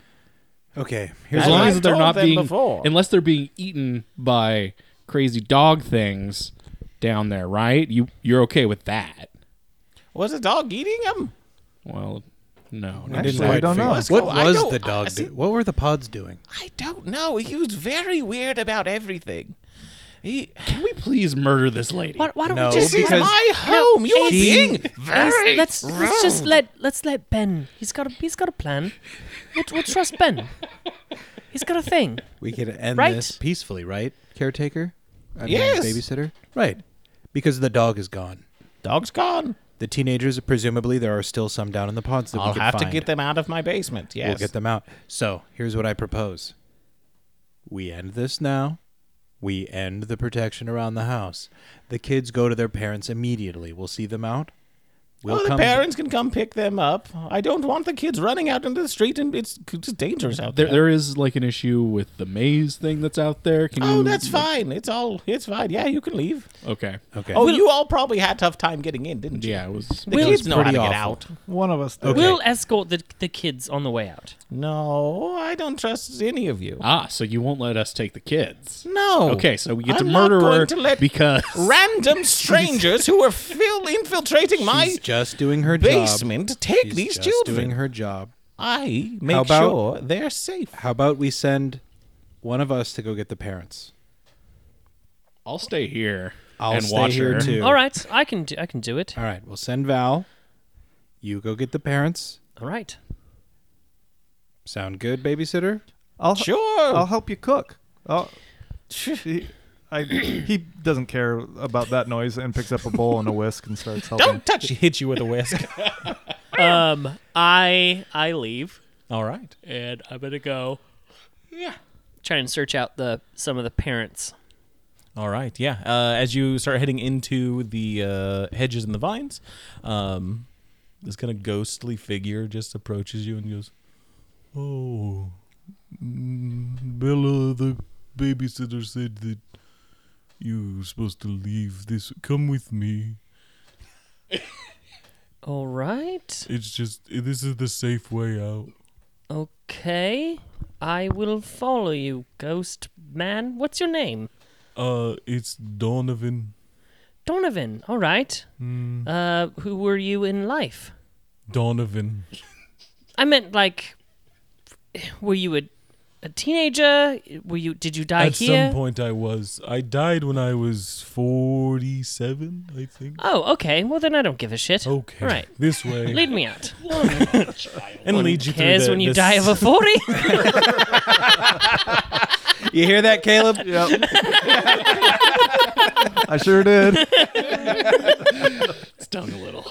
[SPEAKER 5] Okay,
[SPEAKER 4] as
[SPEAKER 5] here's
[SPEAKER 1] That's
[SPEAKER 4] long
[SPEAKER 1] what
[SPEAKER 4] as
[SPEAKER 1] I
[SPEAKER 4] they're
[SPEAKER 1] told
[SPEAKER 4] not
[SPEAKER 1] them
[SPEAKER 4] being,
[SPEAKER 1] before.
[SPEAKER 4] unless they're being eaten by crazy dog things down there, right? You you're okay with that?
[SPEAKER 1] Was the dog eating them?
[SPEAKER 4] Well, no,
[SPEAKER 3] Actually,
[SPEAKER 4] no.
[SPEAKER 3] we don't know.
[SPEAKER 1] Let's
[SPEAKER 5] What
[SPEAKER 1] go. I
[SPEAKER 5] was
[SPEAKER 1] don't-
[SPEAKER 5] the
[SPEAKER 1] I
[SPEAKER 5] dog?
[SPEAKER 1] see-
[SPEAKER 5] Do- what were the pods doing?
[SPEAKER 1] I don't know. He was very weird about everything. He,
[SPEAKER 4] Can we please murder this lady?
[SPEAKER 2] Why, why don't
[SPEAKER 5] No,
[SPEAKER 2] we just
[SPEAKER 1] this is
[SPEAKER 5] because-
[SPEAKER 1] my home. You are being
[SPEAKER 2] let's,
[SPEAKER 1] very
[SPEAKER 2] let's, let's just
[SPEAKER 1] rude.
[SPEAKER 2] let let's let Ben. He's got a he's got a plan. We'll, we'll trust Ben. He's got a thing.
[SPEAKER 5] We could end
[SPEAKER 2] Right.
[SPEAKER 5] this peacefully, right? Caretaker? I mean,
[SPEAKER 1] Yes.
[SPEAKER 5] babysitter? Right. Because the dog is gone.
[SPEAKER 1] Dog's gone.
[SPEAKER 5] The teenagers, presumably, there are still some down in the pods that
[SPEAKER 1] I'll
[SPEAKER 5] we could
[SPEAKER 1] have to
[SPEAKER 5] find.
[SPEAKER 1] get them out of my basement. Yes.
[SPEAKER 5] We'll get them out. So here's what I propose. We end this now. We end the protection around the house. The kids go to their parents immediately. We'll see them out.
[SPEAKER 1] Well, the parents can come pick them up. I don't want the kids running out into the street, and it's, it's dangerous out
[SPEAKER 4] There,
[SPEAKER 1] there.
[SPEAKER 4] there is like an issue with the maze thing that's out there. Can
[SPEAKER 1] Oh,
[SPEAKER 4] you,
[SPEAKER 1] that's fine. It's all it's fine. Yeah, you can leave.
[SPEAKER 4] Okay.
[SPEAKER 5] Okay.
[SPEAKER 1] Oh, you all probably had a tough time getting in, didn't you?
[SPEAKER 4] Yeah, it was.
[SPEAKER 1] The
[SPEAKER 2] Well,
[SPEAKER 1] kids know how to
[SPEAKER 5] pretty
[SPEAKER 1] get out.
[SPEAKER 5] awful.
[SPEAKER 3] One of us.
[SPEAKER 5] Okay.
[SPEAKER 2] We'll escort the, the kids on the way out.
[SPEAKER 1] No, I don't trust any of you.
[SPEAKER 4] Ah, so you won't let us take the kids.
[SPEAKER 1] No.
[SPEAKER 4] Okay, so we get to
[SPEAKER 1] I'm
[SPEAKER 4] murder
[SPEAKER 1] not
[SPEAKER 4] her
[SPEAKER 1] going to let
[SPEAKER 4] because
[SPEAKER 1] random strangers who are fil- infiltrating my
[SPEAKER 5] She's just doing her
[SPEAKER 1] basement
[SPEAKER 5] job.
[SPEAKER 1] take
[SPEAKER 5] She's
[SPEAKER 1] these
[SPEAKER 5] just
[SPEAKER 1] children.
[SPEAKER 5] doing her job.
[SPEAKER 1] I make
[SPEAKER 5] How about-
[SPEAKER 1] sure they're safe.
[SPEAKER 5] How about we send one of us to go get the parents?
[SPEAKER 4] I'll stay here
[SPEAKER 5] I'll
[SPEAKER 4] and
[SPEAKER 5] stay
[SPEAKER 4] watch
[SPEAKER 5] here
[SPEAKER 4] her.
[SPEAKER 5] too.
[SPEAKER 2] All right, I can do, I can do it.
[SPEAKER 5] All right. We'll send Val. You go get the parents.
[SPEAKER 2] All right.
[SPEAKER 5] Sound good, babysitter?
[SPEAKER 3] I'll,
[SPEAKER 1] Sure.
[SPEAKER 3] I'll help you cook. I'll, he, I, he doesn't care about that noise and picks up a bowl and a whisk and starts helping.
[SPEAKER 1] Don't touch. Hit you with a whisk.
[SPEAKER 7] Um, I I leave
[SPEAKER 1] all right.
[SPEAKER 7] and I'm gonna go.
[SPEAKER 2] Try and search out the some of the parents.
[SPEAKER 1] All right, yeah. Uh, as you start heading into the uh, hedges and the vines, um, this kind of ghostly figure just approaches you and goes, "Oh, mm, Bella, the babysitter said that you were supposed to leave this. Come with me.
[SPEAKER 2] All right.
[SPEAKER 1] It's just this is the safe way out."
[SPEAKER 2] Okay. I will follow you, ghost man. What's your name?
[SPEAKER 1] Uh, it's Donovan.
[SPEAKER 2] Donovan. All right.
[SPEAKER 1] Hmm.
[SPEAKER 2] Uh, who were you in life?
[SPEAKER 1] Donovan.
[SPEAKER 2] I meant like, were you a, a teenager? Were you? Did you die
[SPEAKER 1] At
[SPEAKER 2] here?
[SPEAKER 1] some point, I was. I died when I was forty-seven, I think.
[SPEAKER 2] Oh, okay. Well, then I don't give a shit.
[SPEAKER 1] Okay.
[SPEAKER 2] All right.
[SPEAKER 1] This way.
[SPEAKER 2] Lead me
[SPEAKER 1] (laughs)
[SPEAKER 2] out.
[SPEAKER 1] and
[SPEAKER 2] One
[SPEAKER 1] lead you through
[SPEAKER 2] cares
[SPEAKER 1] the,
[SPEAKER 2] when you
[SPEAKER 1] this-
[SPEAKER 2] die of a forty.
[SPEAKER 1] (laughs)
[SPEAKER 5] You hear that, Caleb?
[SPEAKER 3] Yep. I sure did.
[SPEAKER 4] Stung a little.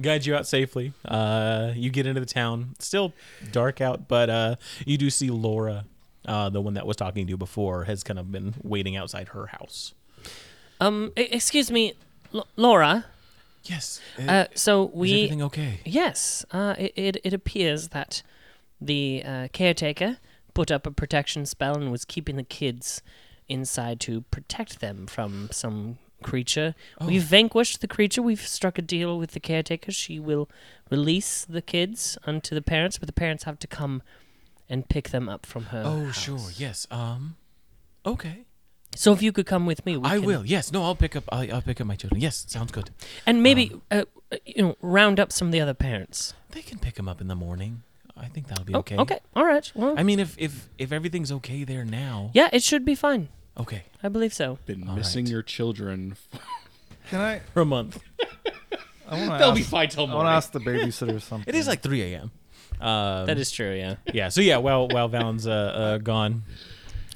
[SPEAKER 1] guide you out safely. Uh, you get into the town. It's still dark out, but uh, you do see Laura, uh, the one that was talking to you before, has kind of been waiting outside her house.
[SPEAKER 2] um, e- excuse me, L- Laura.
[SPEAKER 1] Yes.
[SPEAKER 2] Uh, so we.
[SPEAKER 1] is everything okay?
[SPEAKER 2] Yes, uh, it, it it appears that the uh, caretaker put up a protection spell and was keeping the kids inside to protect them from some creature.
[SPEAKER 1] Oh.
[SPEAKER 2] We've vanquished the creature. We've struck a deal with the caretaker. She will release the kids unto the parents, but the parents have to come and pick them up from her.
[SPEAKER 1] Oh,
[SPEAKER 2] house.
[SPEAKER 1] sure. Yes. Um. Okay.
[SPEAKER 2] So if you could come with me, we
[SPEAKER 1] I
[SPEAKER 2] can-
[SPEAKER 1] will. Yes. No. I'll pick up. I, I'll pick up my children. Yes. Sounds good.
[SPEAKER 2] and maybe
[SPEAKER 1] Um.
[SPEAKER 2] uh, uh, you know round up some of the other parents.
[SPEAKER 1] They can pick them up in the morning. I think that'll be
[SPEAKER 2] Oh,
[SPEAKER 1] okay.
[SPEAKER 2] okay, all right. Well,
[SPEAKER 1] I mean, if if if everything's okay there now.
[SPEAKER 2] yeah, it should be fine.
[SPEAKER 1] Okay.
[SPEAKER 2] I believe so.
[SPEAKER 4] Been
[SPEAKER 1] All
[SPEAKER 4] missing
[SPEAKER 1] right.
[SPEAKER 4] your children.
[SPEAKER 3] Can I?
[SPEAKER 1] For a month.
[SPEAKER 3] I want to
[SPEAKER 4] They'll be
[SPEAKER 3] ask,
[SPEAKER 4] fine till
[SPEAKER 3] I wanna
[SPEAKER 4] morning.
[SPEAKER 3] ask the babysitter something.
[SPEAKER 1] It is like 3 a.m. Um,
[SPEAKER 2] That is true. (laughs) Yeah.
[SPEAKER 1] yeah. So yeah, while while Valen's uh, uh, gone,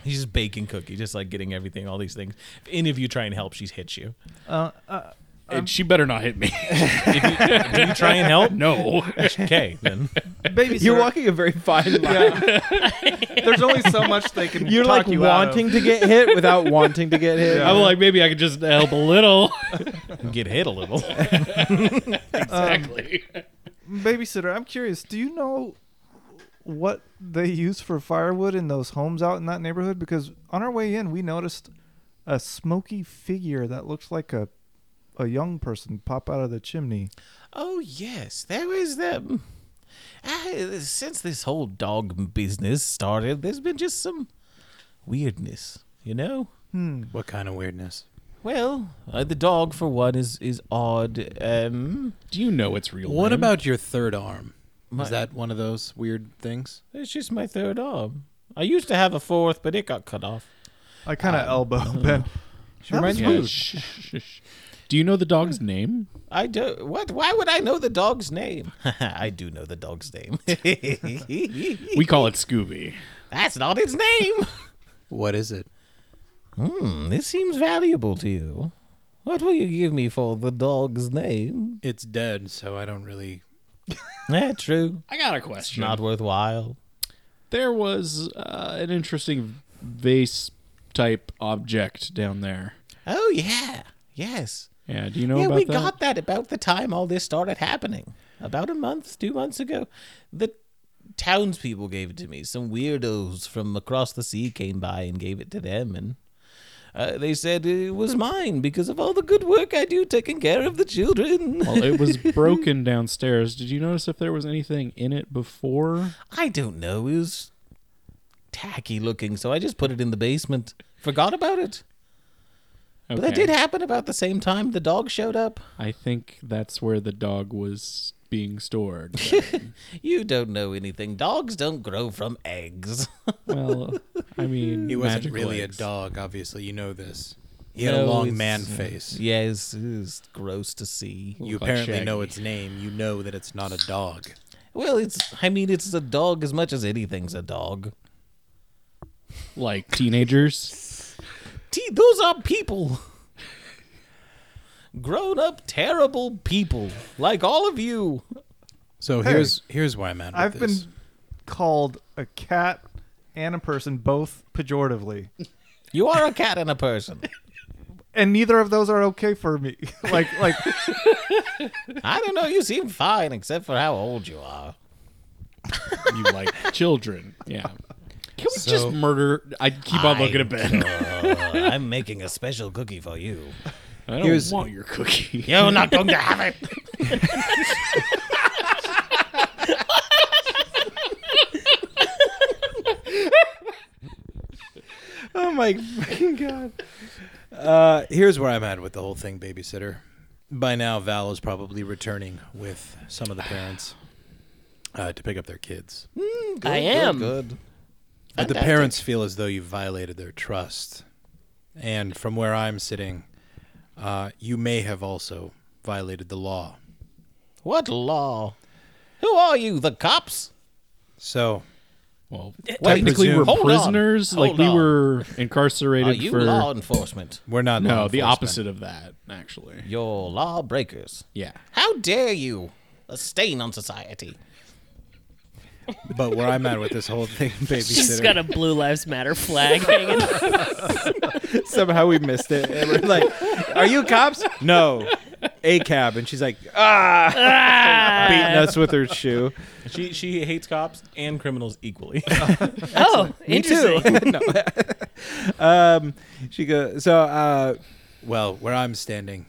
[SPEAKER 1] he's just baking cookie, just like getting everything, all these things. If any of you try and help, she's hit you.
[SPEAKER 3] Uh, uh,
[SPEAKER 4] And she better not hit (laughs) me.
[SPEAKER 1] Do you try and help?
[SPEAKER 4] no.
[SPEAKER 1] (laughs) Okay, then.
[SPEAKER 3] babysitter.
[SPEAKER 5] You're walking a very fine line.
[SPEAKER 3] There's only so much they (laughs) can.
[SPEAKER 5] You're
[SPEAKER 3] talk
[SPEAKER 5] like
[SPEAKER 3] you out of.
[SPEAKER 5] wanting to get hit without wanting to get hit.
[SPEAKER 3] Yeah.
[SPEAKER 4] I'm like, maybe I could just help a little.
[SPEAKER 1] Get hit a little.
[SPEAKER 4] exactly.
[SPEAKER 3] Babysitter, I'm curious. Do you know what they use for firewood in those homes out in that neighborhood? Because on our way in, we noticed a smoky figure that looked like a a young person pop out of the chimney.
[SPEAKER 1] Oh yes, there was the. I, since this whole dog business started, there's been just some weirdness, you know.
[SPEAKER 5] What kind of weirdness?
[SPEAKER 1] Well, uh, the dog for one is is odd. Um,
[SPEAKER 4] Do you know it's real?
[SPEAKER 5] What
[SPEAKER 4] name?
[SPEAKER 5] about your third arm?
[SPEAKER 1] My-
[SPEAKER 5] Is that one of those weird things?
[SPEAKER 1] it's just my third arm. I used to have a fourth, but it got cut off.
[SPEAKER 3] I kind of (laughs) elbow Ben. That was
[SPEAKER 4] Yeah,
[SPEAKER 3] rude.
[SPEAKER 4] shh, shh, shh. Do you know the dog's name?
[SPEAKER 1] I do. What? Why would I know the dog's name? (laughs) I do know the dog's name.
[SPEAKER 4] We call it Scooby.
[SPEAKER 1] (laughs) That's not its name.
[SPEAKER 5] What is it?
[SPEAKER 1] Hmm, this seems valuable to you. What will you give me for the dog's name?
[SPEAKER 5] It's dead, so I don't really.
[SPEAKER 1] Yeah, Eh, true.
[SPEAKER 4] I got a
[SPEAKER 1] It's
[SPEAKER 4] question.
[SPEAKER 1] not worthwhile.
[SPEAKER 4] there was uh, an interesting vase type object down there.
[SPEAKER 1] Oh yeah, yes.
[SPEAKER 4] Yeah, do you know
[SPEAKER 1] yeah,
[SPEAKER 4] about
[SPEAKER 1] we
[SPEAKER 4] that?
[SPEAKER 1] got that about the time all this started happening. About a month, two months ago, the townspeople gave it to me. Some weirdos from across the sea came by and gave it to them, and uh, they said it was mine because of all the good work I do taking care of the children.
[SPEAKER 4] well,
[SPEAKER 1] (laughs)
[SPEAKER 4] it was broken downstairs. Did you notice if there was anything in it before?
[SPEAKER 1] I don't know. It was tacky looking, so I just put it in the basement. Forgot about it. But that
[SPEAKER 4] Okay.
[SPEAKER 1] did happen about the same time the dog showed up.
[SPEAKER 4] I think that's where the dog was being stored.
[SPEAKER 1] You don't know anything. Dogs don't grow from eggs. (laughs)
[SPEAKER 4] well, I mean,
[SPEAKER 5] He wasn't
[SPEAKER 4] magic
[SPEAKER 5] really
[SPEAKER 4] legs.
[SPEAKER 5] a dog, obviously. You know this. He had a
[SPEAKER 1] No,
[SPEAKER 5] long
[SPEAKER 1] it's-
[SPEAKER 5] man face.
[SPEAKER 1] yes, it's gross to see.
[SPEAKER 5] You
[SPEAKER 4] Looked like
[SPEAKER 5] apparently know
[SPEAKER 4] Shaggy.
[SPEAKER 5] its name. You know that it's not a dog.
[SPEAKER 1] Well, it's, I mean, it's a dog as much as anything's a dog.
[SPEAKER 4] like teenagers.
[SPEAKER 1] T- those are people. (laughs) Grown up, terrible people, like all of you.
[SPEAKER 5] So
[SPEAKER 3] Hey,
[SPEAKER 5] here's here's why I'm at. with
[SPEAKER 3] I've (laughs)
[SPEAKER 5] this.
[SPEAKER 3] been called a cat and a person both pejoratively.
[SPEAKER 1] You are a cat and a person.
[SPEAKER 3] And neither of those are okay for me. (laughs) like like
[SPEAKER 1] I don't know. You seem fine, except for how old you are.
[SPEAKER 4] you (laughs) like children. Yeah. Can we just
[SPEAKER 5] So-
[SPEAKER 4] murder? I keep on looking at Ben.
[SPEAKER 1] Uh, I'm making a special cookie for you.
[SPEAKER 4] I don't
[SPEAKER 5] Here's-
[SPEAKER 4] want your cookie.
[SPEAKER 1] You're not going to have it.
[SPEAKER 5] Oh my fucking god. Uh, here's where I'm at with the whole thing, babysitter. By now, Val is probably returning with some of the parents uh, to pick up their kids.
[SPEAKER 8] I am.
[SPEAKER 1] (laughs) Good.
[SPEAKER 5] But the parents feel as though you violated their trust. And from where I'm sitting, uh, you may have also violated the law.
[SPEAKER 1] What law? Who are you? The cops?
[SPEAKER 5] So,
[SPEAKER 4] (laughs) Well,
[SPEAKER 1] Wait,
[SPEAKER 4] technically we're
[SPEAKER 5] presume-
[SPEAKER 1] Hold on.
[SPEAKER 4] prisoners. Like
[SPEAKER 1] Hold
[SPEAKER 4] we
[SPEAKER 1] on.
[SPEAKER 4] (laughs) were
[SPEAKER 1] Are
[SPEAKER 4] incarcerated
[SPEAKER 1] you
[SPEAKER 4] for
[SPEAKER 1] law enforcement?
[SPEAKER 5] we're not.
[SPEAKER 4] (laughs)
[SPEAKER 5] law
[SPEAKER 4] no, the
[SPEAKER 5] enforcement.
[SPEAKER 4] opposite of that actually.
[SPEAKER 1] You're lawbreakers.
[SPEAKER 4] Yeah.
[SPEAKER 1] How dare you? A stain on society.
[SPEAKER 5] But where I'm at with this whole
[SPEAKER 4] (laughs)
[SPEAKER 5] thing,
[SPEAKER 2] She's
[SPEAKER 5] babysitter.
[SPEAKER 2] got a Blue Lives Matter flag hanging.
[SPEAKER 5] Somehow we missed it. And we're like, are you cops? No. A cab. And she's like, ah, (laughs) beating us with her shoe.
[SPEAKER 9] She she hates cops and criminals equally.
[SPEAKER 2] oh, interesting.
[SPEAKER 5] um, she goes, so, uh, well, where I'm standing,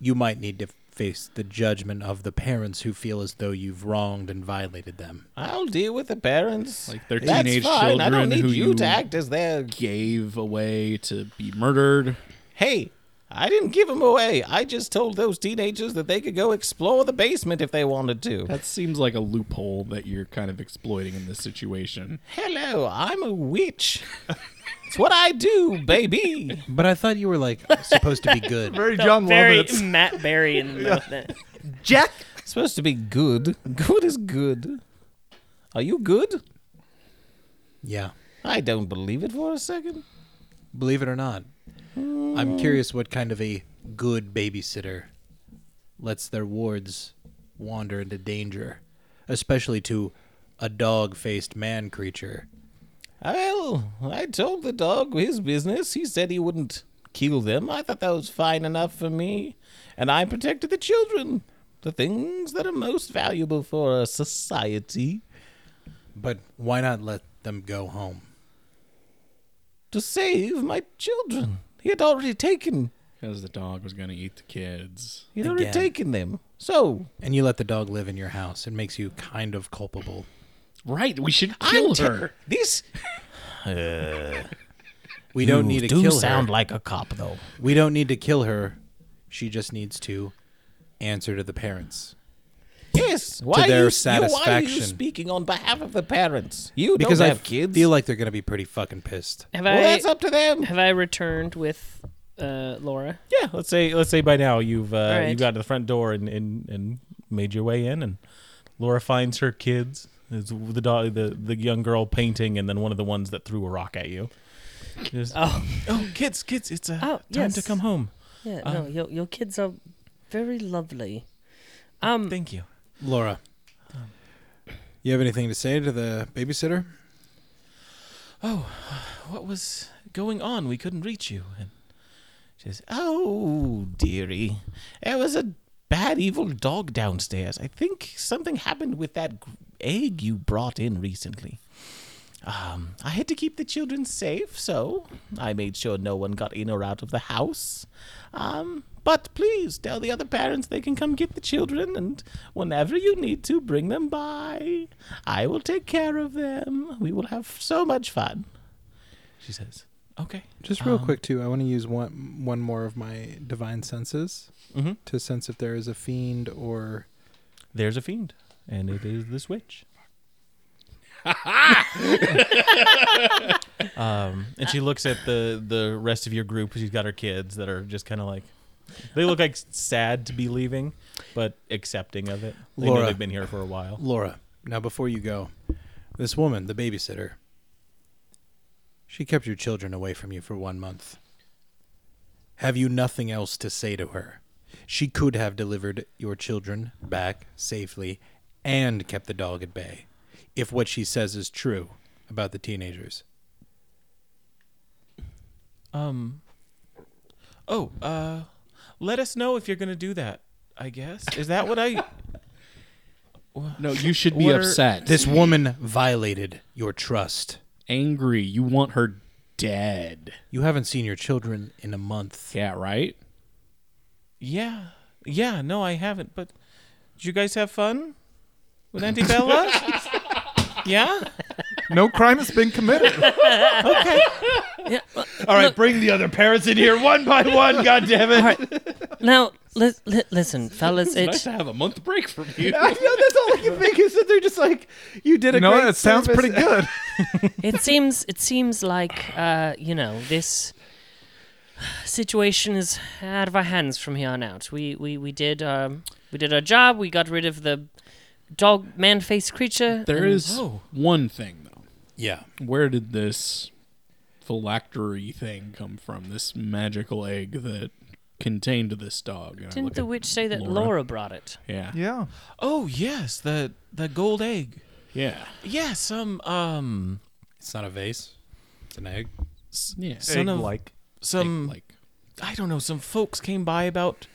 [SPEAKER 5] you might need to face the judgment of the parents who feel as though you've wronged and violated them.
[SPEAKER 1] (laughs) I'll deal with the parents.
[SPEAKER 4] Like they're
[SPEAKER 1] That's
[SPEAKER 4] teenage
[SPEAKER 1] fine. I don't
[SPEAKER 4] children
[SPEAKER 1] need
[SPEAKER 4] who
[SPEAKER 1] you
[SPEAKER 4] you-
[SPEAKER 1] to act as their.
[SPEAKER 4] Gave away to be murdered.
[SPEAKER 1] Hey, I didn't give them away. I just told those teenagers that they could go explore the basement if they wanted to.
[SPEAKER 4] That seems like a loophole that you're kind of exploiting in this situation.
[SPEAKER 1] Hello, I'm a witch. it's what I do, baby.
[SPEAKER 5] But I thought you were like supposed to be good.
[SPEAKER 2] (laughs)
[SPEAKER 3] very
[SPEAKER 2] Felt
[SPEAKER 3] John
[SPEAKER 2] very
[SPEAKER 3] Lovitz.
[SPEAKER 2] Matt Berry in the middle of that.
[SPEAKER 1] Jack. supposed to be good. Good is good. Are you good?
[SPEAKER 5] (laughs) Yeah.
[SPEAKER 1] I don't believe it for a second.
[SPEAKER 5] Believe it or not,
[SPEAKER 1] Hmm.
[SPEAKER 5] I'm curious what kind of a good babysitter lets their wards wander into danger, especially to a dog faced man creature.
[SPEAKER 1] Well, I told the dog his business. He said he wouldn't kill them. I thought that was fine enough for me. And I protected the children, the things that are most valuable for a society.
[SPEAKER 5] But why not let them go home?
[SPEAKER 1] To save my children. He had already taken.
[SPEAKER 4] Because the dog was going to eat the kids.
[SPEAKER 1] He had already
[SPEAKER 5] Again.
[SPEAKER 1] taken them. So
[SPEAKER 5] And you let the dog live in your house. It makes you kind of culpable.
[SPEAKER 4] Right, we should kill
[SPEAKER 1] I'm
[SPEAKER 4] her.
[SPEAKER 1] ter- this
[SPEAKER 5] We don't
[SPEAKER 1] You
[SPEAKER 5] need to
[SPEAKER 1] do
[SPEAKER 5] kill
[SPEAKER 1] sound
[SPEAKER 5] her.
[SPEAKER 1] like a cop though.
[SPEAKER 5] we don't need to kill her. She just needs to answer to the parents.
[SPEAKER 1] Yes. Why are you, You, why are
[SPEAKER 5] their
[SPEAKER 1] you
[SPEAKER 5] satisfaction.
[SPEAKER 1] speaking on behalf of the parents? You
[SPEAKER 5] Because
[SPEAKER 1] don't
[SPEAKER 5] I
[SPEAKER 1] have kids.
[SPEAKER 5] feel like they're going to be pretty fucking pissed.
[SPEAKER 2] Have
[SPEAKER 1] well, that's
[SPEAKER 2] I
[SPEAKER 1] up to them.
[SPEAKER 2] have I returned with uh, Laura?
[SPEAKER 9] yeah, let's say let's say by now you've uh,
[SPEAKER 2] All right.
[SPEAKER 9] you've got to the front door and, and and made your way in, and Laura finds her kids. It's the dog, the the young girl painting, and then one of the ones that threw a rock at you. Just,
[SPEAKER 2] Oh,
[SPEAKER 9] oh, kids, kids! It's uh,
[SPEAKER 2] Oh,
[SPEAKER 9] time to
[SPEAKER 2] yes.
[SPEAKER 9] come home.
[SPEAKER 2] Yeah, no, your your kids are very lovely. Um,
[SPEAKER 1] Thank you.
[SPEAKER 5] Laura. You have anything to say to the babysitter?
[SPEAKER 6] what was going on? We couldn't reach you. And she says, Oh, dearie. There was a bad, evil dog downstairs. I think something happened with that gr- egg you brought in recently. Um, I had to keep the children safe, so I made sure no one got in or out of the house. Um, but please tell the other parents they can come get the children, and whenever you need to, bring them by. I will take care of them. We will have so much fun. She says, Okay.
[SPEAKER 5] Just real
[SPEAKER 6] Um,
[SPEAKER 5] quick too, I want to use one one more of my divine senses
[SPEAKER 6] Mm-hmm.
[SPEAKER 5] to sense if there is a fiend or
[SPEAKER 1] There's a fiend, and it is this witch. (laughs) um, and she looks at the the rest of your group. She's got her kids that are just kind of like, they look like sad to be leaving, but accepting of it. They know
[SPEAKER 5] Laura.
[SPEAKER 1] they've been here for a while.
[SPEAKER 5] Laura. Now before you go, this woman, the babysitter, she kept your children away from you for one month. Have you nothing else to say to her? She could have delivered your children back safely and kept the dog at bay, if what she says is true about the teenagers.
[SPEAKER 1] Um. Oh, uh, let us know if you're gonna do that. I guess is that what I?
[SPEAKER 4] No, you should be
[SPEAKER 1] What are-
[SPEAKER 4] upset.
[SPEAKER 5] This woman violated your trust.
[SPEAKER 4] angry. You want her dead.
[SPEAKER 5] You haven't seen your children in a month.
[SPEAKER 4] Yeah, right?
[SPEAKER 1] Yeah, yeah. No, I haven't. But did you guys have fun with Auntie Bella? yeah.
[SPEAKER 3] No crime has been committed.
[SPEAKER 4] All right, bring the other parents in here one by one. God damn it!
[SPEAKER 2] now, li- li- listen, fellas,
[SPEAKER 4] It's nice
[SPEAKER 2] it
[SPEAKER 4] to have a month break from you.
[SPEAKER 5] know that's all I can think is that they're just like you did
[SPEAKER 3] You know, that sounds pretty good.
[SPEAKER 2] it seems it seems like uh, you know this situation is out of our hands from here on out. We we we did um, we did our job. We got rid of the dog man face creature.
[SPEAKER 4] (laughs) There
[SPEAKER 2] and-
[SPEAKER 4] is one thing though.
[SPEAKER 5] Yeah.
[SPEAKER 4] Where did this phylactery thing come from? This magical egg that contained this dog? And I
[SPEAKER 2] Didn't
[SPEAKER 4] look
[SPEAKER 2] the
[SPEAKER 4] at-
[SPEAKER 2] witch say that
[SPEAKER 4] Laura.
[SPEAKER 2] Laura, brought it?
[SPEAKER 4] Yeah.
[SPEAKER 3] Yeah.
[SPEAKER 1] Oh yes, the the gold egg.
[SPEAKER 4] Yeah.
[SPEAKER 1] Yes, um, um,
[SPEAKER 5] It's not a vase. It's an egg.
[SPEAKER 4] Yeah.
[SPEAKER 1] son of
[SPEAKER 3] like
[SPEAKER 1] some
[SPEAKER 4] like
[SPEAKER 1] I don't know. Some folks came by about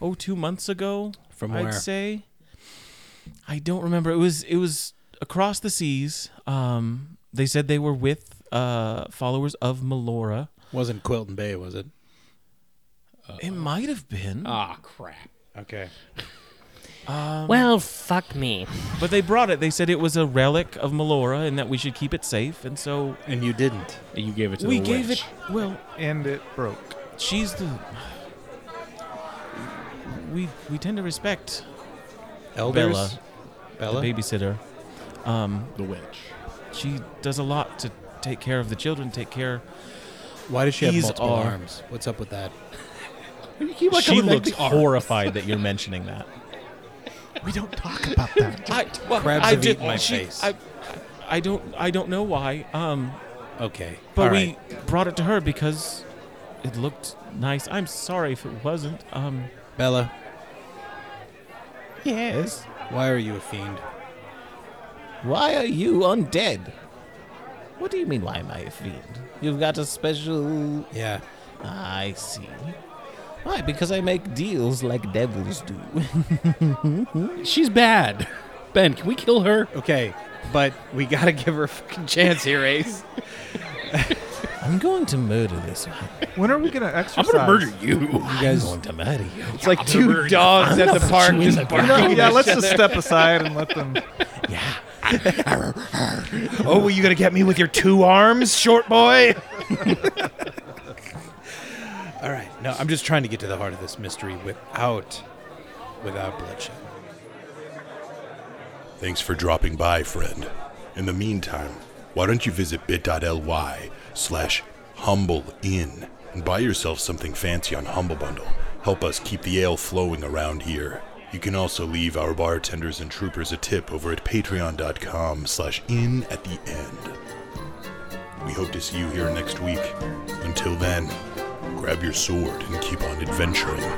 [SPEAKER 1] oh two months ago.
[SPEAKER 5] From
[SPEAKER 1] I'd
[SPEAKER 5] where?
[SPEAKER 1] say. I don't remember. It was it was across the seas. Um, they said they were with uh followers of Melora.
[SPEAKER 5] Wasn't Quilton Bay, was it?
[SPEAKER 1] It might have been,
[SPEAKER 4] ah crap.
[SPEAKER 5] Okay.
[SPEAKER 4] Um,
[SPEAKER 2] well, fuck me.
[SPEAKER 1] but they brought it. They said it was a relic of Melora and that we should keep it safe. And so
[SPEAKER 5] And you didn't.
[SPEAKER 4] You gave it to
[SPEAKER 1] we
[SPEAKER 4] the
[SPEAKER 1] gave
[SPEAKER 4] witch.
[SPEAKER 1] it. Well,
[SPEAKER 3] and it broke.
[SPEAKER 1] She's the. We we tend to respect
[SPEAKER 5] Elders?
[SPEAKER 1] Bella.
[SPEAKER 5] Bella?
[SPEAKER 1] the babysitter. Um,
[SPEAKER 4] the witch.
[SPEAKER 1] she does a lot to take care of the children, take care.
[SPEAKER 5] Why does she have
[SPEAKER 1] These
[SPEAKER 5] multiple
[SPEAKER 1] are-
[SPEAKER 5] arms? What's up with that?
[SPEAKER 1] She looks horrified that you're mentioning that.
[SPEAKER 3] We don't talk about that.
[SPEAKER 1] I, well,
[SPEAKER 5] Crabs
[SPEAKER 1] I
[SPEAKER 5] have
[SPEAKER 1] did-
[SPEAKER 5] eaten my
[SPEAKER 1] she-
[SPEAKER 5] face.
[SPEAKER 1] I, I don't I don't know why. Um,
[SPEAKER 5] Okay.
[SPEAKER 1] but
[SPEAKER 5] All
[SPEAKER 1] we
[SPEAKER 5] right.
[SPEAKER 1] brought it to her because it looked nice. I'm sorry if it wasn't. Um,
[SPEAKER 5] Bella,
[SPEAKER 6] Yes.
[SPEAKER 5] why are you a fiend?
[SPEAKER 6] Why are you undead? What do you mean, why am I a fiend? You've got a special.
[SPEAKER 5] Yeah.
[SPEAKER 6] I see. Why? Because I make deals like devils do. (laughs)
[SPEAKER 4] She's bad. Ben, can we kill her?
[SPEAKER 5] Okay. But we gotta (laughs) give her a fucking chance here, Ace.
[SPEAKER 6] I'm going to murder this one.
[SPEAKER 3] When are we gonna
[SPEAKER 4] I'm
[SPEAKER 3] exercise?
[SPEAKER 4] gonna murder you.
[SPEAKER 5] You
[SPEAKER 6] I'm
[SPEAKER 5] guys
[SPEAKER 6] going to murder you.
[SPEAKER 5] It's like two dogs at the park just
[SPEAKER 3] No,
[SPEAKER 5] barking.
[SPEAKER 3] yeah, let's just step aside and let them.
[SPEAKER 5] Oh, well, you gonna get me with your two arms, short boy? (laughs) All right. No, I'm just trying to get to the heart of this mystery without, without bloodshed.
[SPEAKER 10] Thanks for dropping by, friend. In the meantime, why don't you visit bit.ly slash humble inn and buy yourself something fancy on Humble Bundle. Help us keep the ale flowing around here. You can also leave our bartenders and troopers a tip over at patreon.com slash inn at the end. We hope to see you here next week. Until then, grab your sword and keep on adventuring.